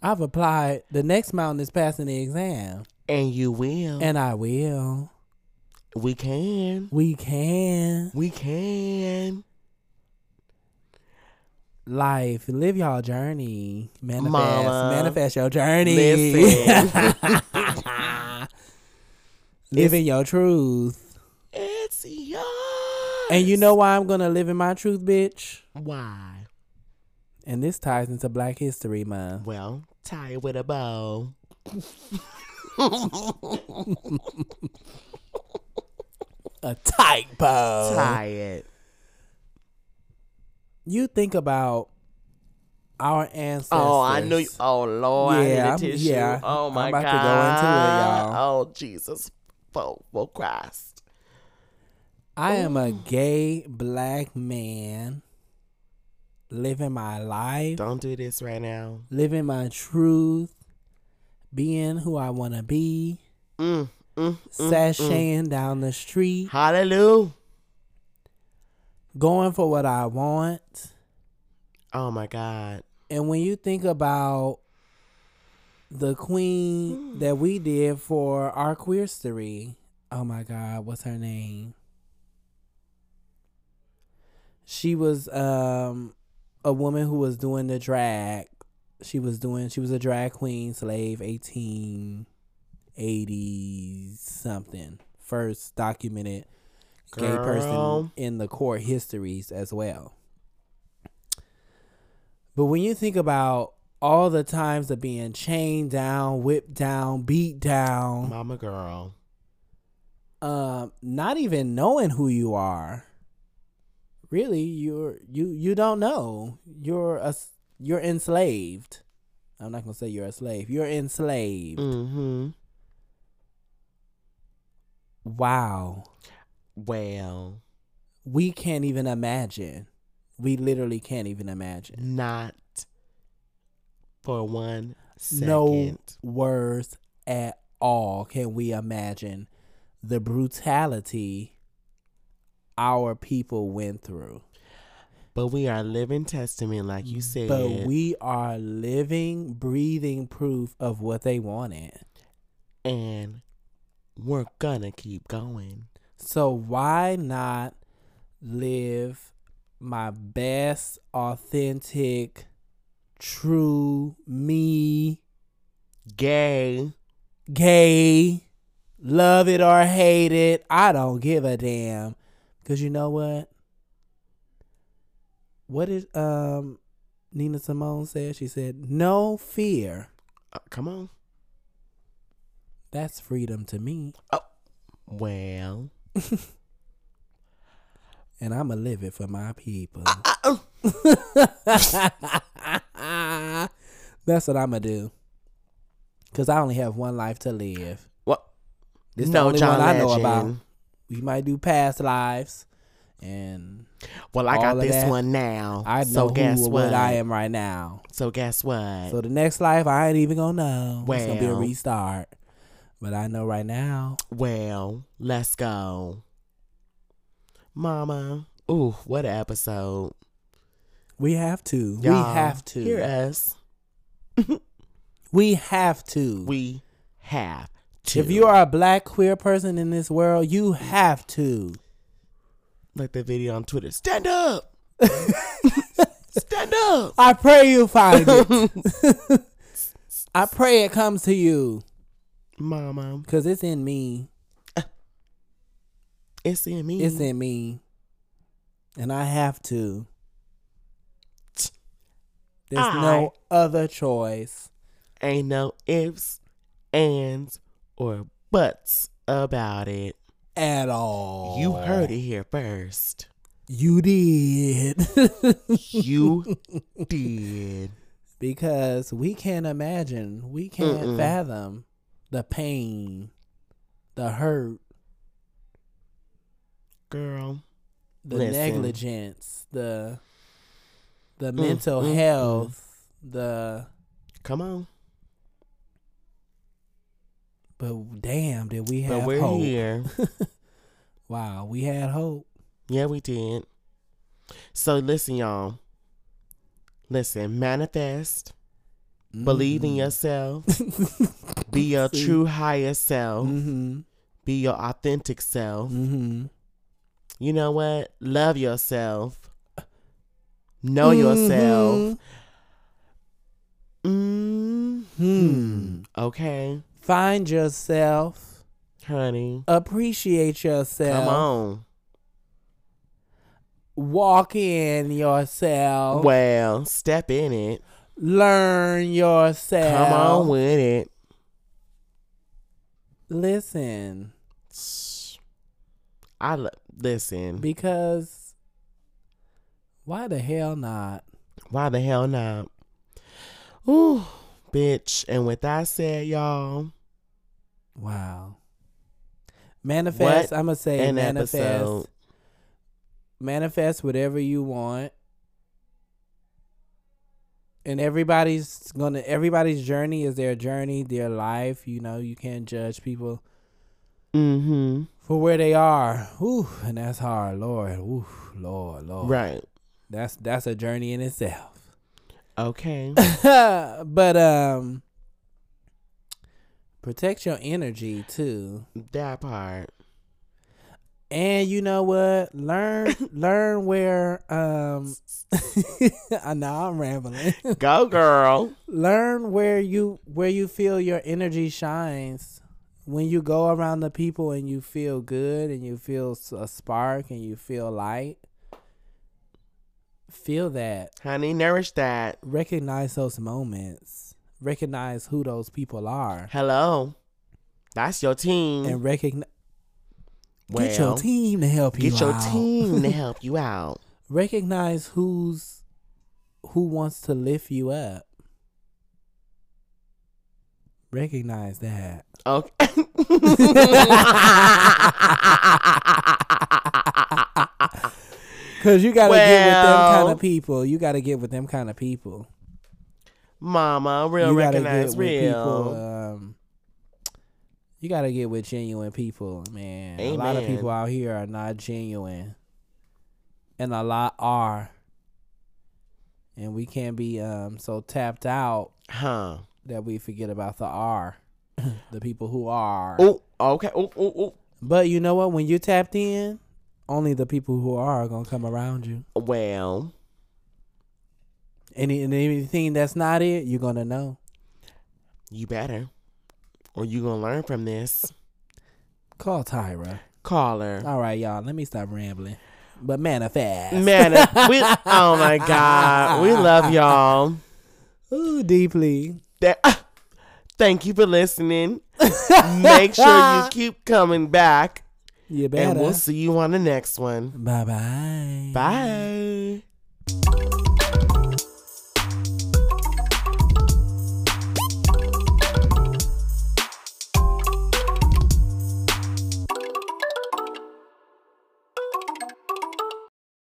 [SPEAKER 4] I've applied. The next mountain is passing the exam,
[SPEAKER 3] and you will.
[SPEAKER 4] and I will.
[SPEAKER 3] we can.
[SPEAKER 4] We can
[SPEAKER 3] We can.
[SPEAKER 4] life, live y'all journey, manifest,
[SPEAKER 3] Mama,
[SPEAKER 4] manifest your journey,
[SPEAKER 3] listen.
[SPEAKER 4] living your truth.
[SPEAKER 3] It's yours.
[SPEAKER 4] And you know why I'm gonna live in my truth, bitch.
[SPEAKER 3] why?
[SPEAKER 4] And this ties into Black History Month.
[SPEAKER 3] Well, tie it with a bow.
[SPEAKER 4] A tight bow.
[SPEAKER 3] Tie it.
[SPEAKER 4] You think about our ancestors.
[SPEAKER 3] Oh, I knew. You. Oh Lord,
[SPEAKER 4] Yeah,
[SPEAKER 3] I
[SPEAKER 4] I'm-
[SPEAKER 3] need a tissue.
[SPEAKER 4] yeah,
[SPEAKER 3] oh
[SPEAKER 4] I'm
[SPEAKER 3] my
[SPEAKER 4] about to go
[SPEAKER 3] God.
[SPEAKER 4] into it, y'all.
[SPEAKER 3] Oh Jesus, oh, oh Christ.
[SPEAKER 4] I am
[SPEAKER 3] Oh.
[SPEAKER 4] a gay black man living my life,
[SPEAKER 3] Don't do this right now.
[SPEAKER 4] living my truth, being who I want to be,
[SPEAKER 3] Mm, mm,
[SPEAKER 4] sashaying down the street,
[SPEAKER 3] hallelujah.
[SPEAKER 4] going for what I want.
[SPEAKER 3] Oh my God.
[SPEAKER 4] And when you think about the queen that we did for our queerstory, oh my God, what's her name? She was um a woman who was doing the drag. She was doing she was a drag queen, slave, eighteen eighty something. First documented gay person
[SPEAKER 3] Girl.
[SPEAKER 4] in the court histories as well. But when you think about all the times of being chained down, whipped down, beat down,
[SPEAKER 3] Mama girl.
[SPEAKER 4] um, not even knowing who you are, really, you're you you don't know. You're a s- you're enslaved. I'm not gonna say you're a slave. You're enslaved.
[SPEAKER 3] Mm-hmm.
[SPEAKER 4] Wow,
[SPEAKER 3] Well,
[SPEAKER 4] we can't even imagine. We literally can't even imagine.
[SPEAKER 3] not for one second.
[SPEAKER 4] no words at all can we imagine the brutality our people went through
[SPEAKER 3] But we are living testament, like you said.
[SPEAKER 4] but we are living breathing proof of what they wanted
[SPEAKER 3] and we're gonna keep going.
[SPEAKER 4] so why not live my best authentic true me
[SPEAKER 3] Gay.
[SPEAKER 4] gay, love it or hate it, I don't give a damn. Cause you know what? What did um Nina Simone said? She said, "No fear.
[SPEAKER 3] Uh, come on.
[SPEAKER 4] That's freedom to me,
[SPEAKER 3] Well.
[SPEAKER 4] and I'ma live it for my people."
[SPEAKER 3] Uh, uh,
[SPEAKER 4] That's what I'ma do. Cause I only have one life to live.
[SPEAKER 3] what?
[SPEAKER 4] This the
[SPEAKER 3] no,
[SPEAKER 4] only
[SPEAKER 3] John
[SPEAKER 4] one I know
[SPEAKER 3] Legend.
[SPEAKER 4] about. We might do past lives, and
[SPEAKER 3] Well, I
[SPEAKER 4] All
[SPEAKER 3] got
[SPEAKER 4] of
[SPEAKER 3] this
[SPEAKER 4] that.
[SPEAKER 3] one now.
[SPEAKER 4] I know
[SPEAKER 3] so
[SPEAKER 4] who
[SPEAKER 3] guess
[SPEAKER 4] or
[SPEAKER 3] what?
[SPEAKER 4] what I am right now.
[SPEAKER 3] So guess what?
[SPEAKER 4] So the next life, I ain't even gonna know. it's gonna be a
[SPEAKER 3] Well.
[SPEAKER 4] restart. But I know right now,
[SPEAKER 3] Well, let's go. Mama. Ooh, what an episode.
[SPEAKER 4] we have to. we
[SPEAKER 3] Y'all,
[SPEAKER 4] have to.
[SPEAKER 3] Hear us.
[SPEAKER 4] we have to.
[SPEAKER 3] We have to.
[SPEAKER 4] if you are a black queer person in this world, you have to.
[SPEAKER 3] like the video on Twitter, stand up. stand up.
[SPEAKER 4] I pray you find it. I pray it comes to you
[SPEAKER 3] Mama.
[SPEAKER 4] because it's in me.
[SPEAKER 3] It's in me.
[SPEAKER 4] It's in me. And I have to. There's no other choice.
[SPEAKER 3] Ain't no ifs, ands, or buts about it.
[SPEAKER 4] At all.
[SPEAKER 3] You heard it here first.
[SPEAKER 4] You did.
[SPEAKER 3] You did.
[SPEAKER 4] because we can't imagine, we can't
[SPEAKER 3] Mm-mm.
[SPEAKER 4] fathom the pain, the hurt,
[SPEAKER 3] Girl.
[SPEAKER 4] the
[SPEAKER 3] Listen.
[SPEAKER 4] negligence, the the
[SPEAKER 3] Mm,
[SPEAKER 4] mental
[SPEAKER 3] mm, mm.
[SPEAKER 4] health, the
[SPEAKER 3] Come on.
[SPEAKER 4] but damn, did we have
[SPEAKER 3] But we're
[SPEAKER 4] hope?
[SPEAKER 3] here.
[SPEAKER 4] Wow, we had hope.
[SPEAKER 3] Yeah, we did. So listen, y'all. Listen, manifest, believe
[SPEAKER 4] Mm-hmm.
[SPEAKER 3] in yourself, be your true higher self,
[SPEAKER 4] Mm-hmm.
[SPEAKER 3] be your authentic self.
[SPEAKER 4] Mm-hmm.
[SPEAKER 3] You know what? Love yourself. Know
[SPEAKER 4] Mm-hmm.
[SPEAKER 3] yourself. Mm.
[SPEAKER 4] Hmm.
[SPEAKER 3] Okay,
[SPEAKER 4] Find yourself.
[SPEAKER 3] honey.
[SPEAKER 4] Appreciate yourself.
[SPEAKER 3] Come on.
[SPEAKER 4] Walk in yourself.
[SPEAKER 3] Well, step in it.
[SPEAKER 4] Learn yourself.
[SPEAKER 3] Come on with it.
[SPEAKER 4] Listen,
[SPEAKER 3] I lo- listen.
[SPEAKER 4] because why the hell not?
[SPEAKER 3] Why the hell not? Ooh, bitch. And with that said, y'all,
[SPEAKER 4] Wow. Manifest.
[SPEAKER 3] What
[SPEAKER 4] I'm gonna say
[SPEAKER 3] an
[SPEAKER 4] manifest.
[SPEAKER 3] episode.
[SPEAKER 4] Manifest whatever you want. And everybody's gonna everybody's journey is their journey, their life. You know, you can't judge people
[SPEAKER 3] Mm-hmm.
[SPEAKER 4] for where they are. Ooh, and that's hard, Lord. Ooh, Lord, Lord.
[SPEAKER 3] Oh. Right.
[SPEAKER 4] That's that's a journey in itself.
[SPEAKER 3] Okay.
[SPEAKER 4] but um protect your energy too.
[SPEAKER 3] that part.
[SPEAKER 4] And you know what? Learn learn where um I know I'm rambling.
[SPEAKER 3] Go, girl.
[SPEAKER 4] learn where you where you feel your energy shines. When you go around the people and you feel good and you feel s- a spark and you feel light, feel that.
[SPEAKER 3] Honey, nourish that.
[SPEAKER 4] recognize those moments, recognize who those people are,
[SPEAKER 3] Hello. That's your team.
[SPEAKER 4] and recognize
[SPEAKER 3] Mm-hmm. well,
[SPEAKER 4] get your team to help you.
[SPEAKER 3] Get your
[SPEAKER 4] out.
[SPEAKER 3] team to help you out.
[SPEAKER 4] Recognize who's who wants to lift you up. Recognize that.
[SPEAKER 3] Okay.
[SPEAKER 4] Cause you gotta get with them
[SPEAKER 3] Well-
[SPEAKER 4] kind of people. You gotta get with them kind of people.
[SPEAKER 3] Mama, real
[SPEAKER 4] you gotta
[SPEAKER 3] recognize real.
[SPEAKER 4] people. Um, you gotta get with genuine people, man. A lot of
[SPEAKER 3] Amen.
[SPEAKER 4] people out here are not genuine, and a lot are. And we can't be um so tapped out
[SPEAKER 3] Huh.
[SPEAKER 4] that we forget about the R, the people who are.
[SPEAKER 3] Oh, okay. Oh, oh, oh.
[SPEAKER 4] But you know what? When you tapped in, only the people who are are gonna come around you.
[SPEAKER 3] Well,
[SPEAKER 4] Any and anything that's not it, you're gonna know.
[SPEAKER 3] you better. Or you gonna learn from this.
[SPEAKER 4] Call Tyra.
[SPEAKER 3] Caller.
[SPEAKER 4] All right, y'all. Let me stop rambling. But manifest.
[SPEAKER 3] Man, we, oh my God. We love y'all.
[SPEAKER 4] Ooh, deeply.
[SPEAKER 3] That, ah, thank you for listening. Make sure you keep coming back.
[SPEAKER 4] You better.
[SPEAKER 3] And we'll see you on the next one.
[SPEAKER 4] bye bye.
[SPEAKER 3] Bye.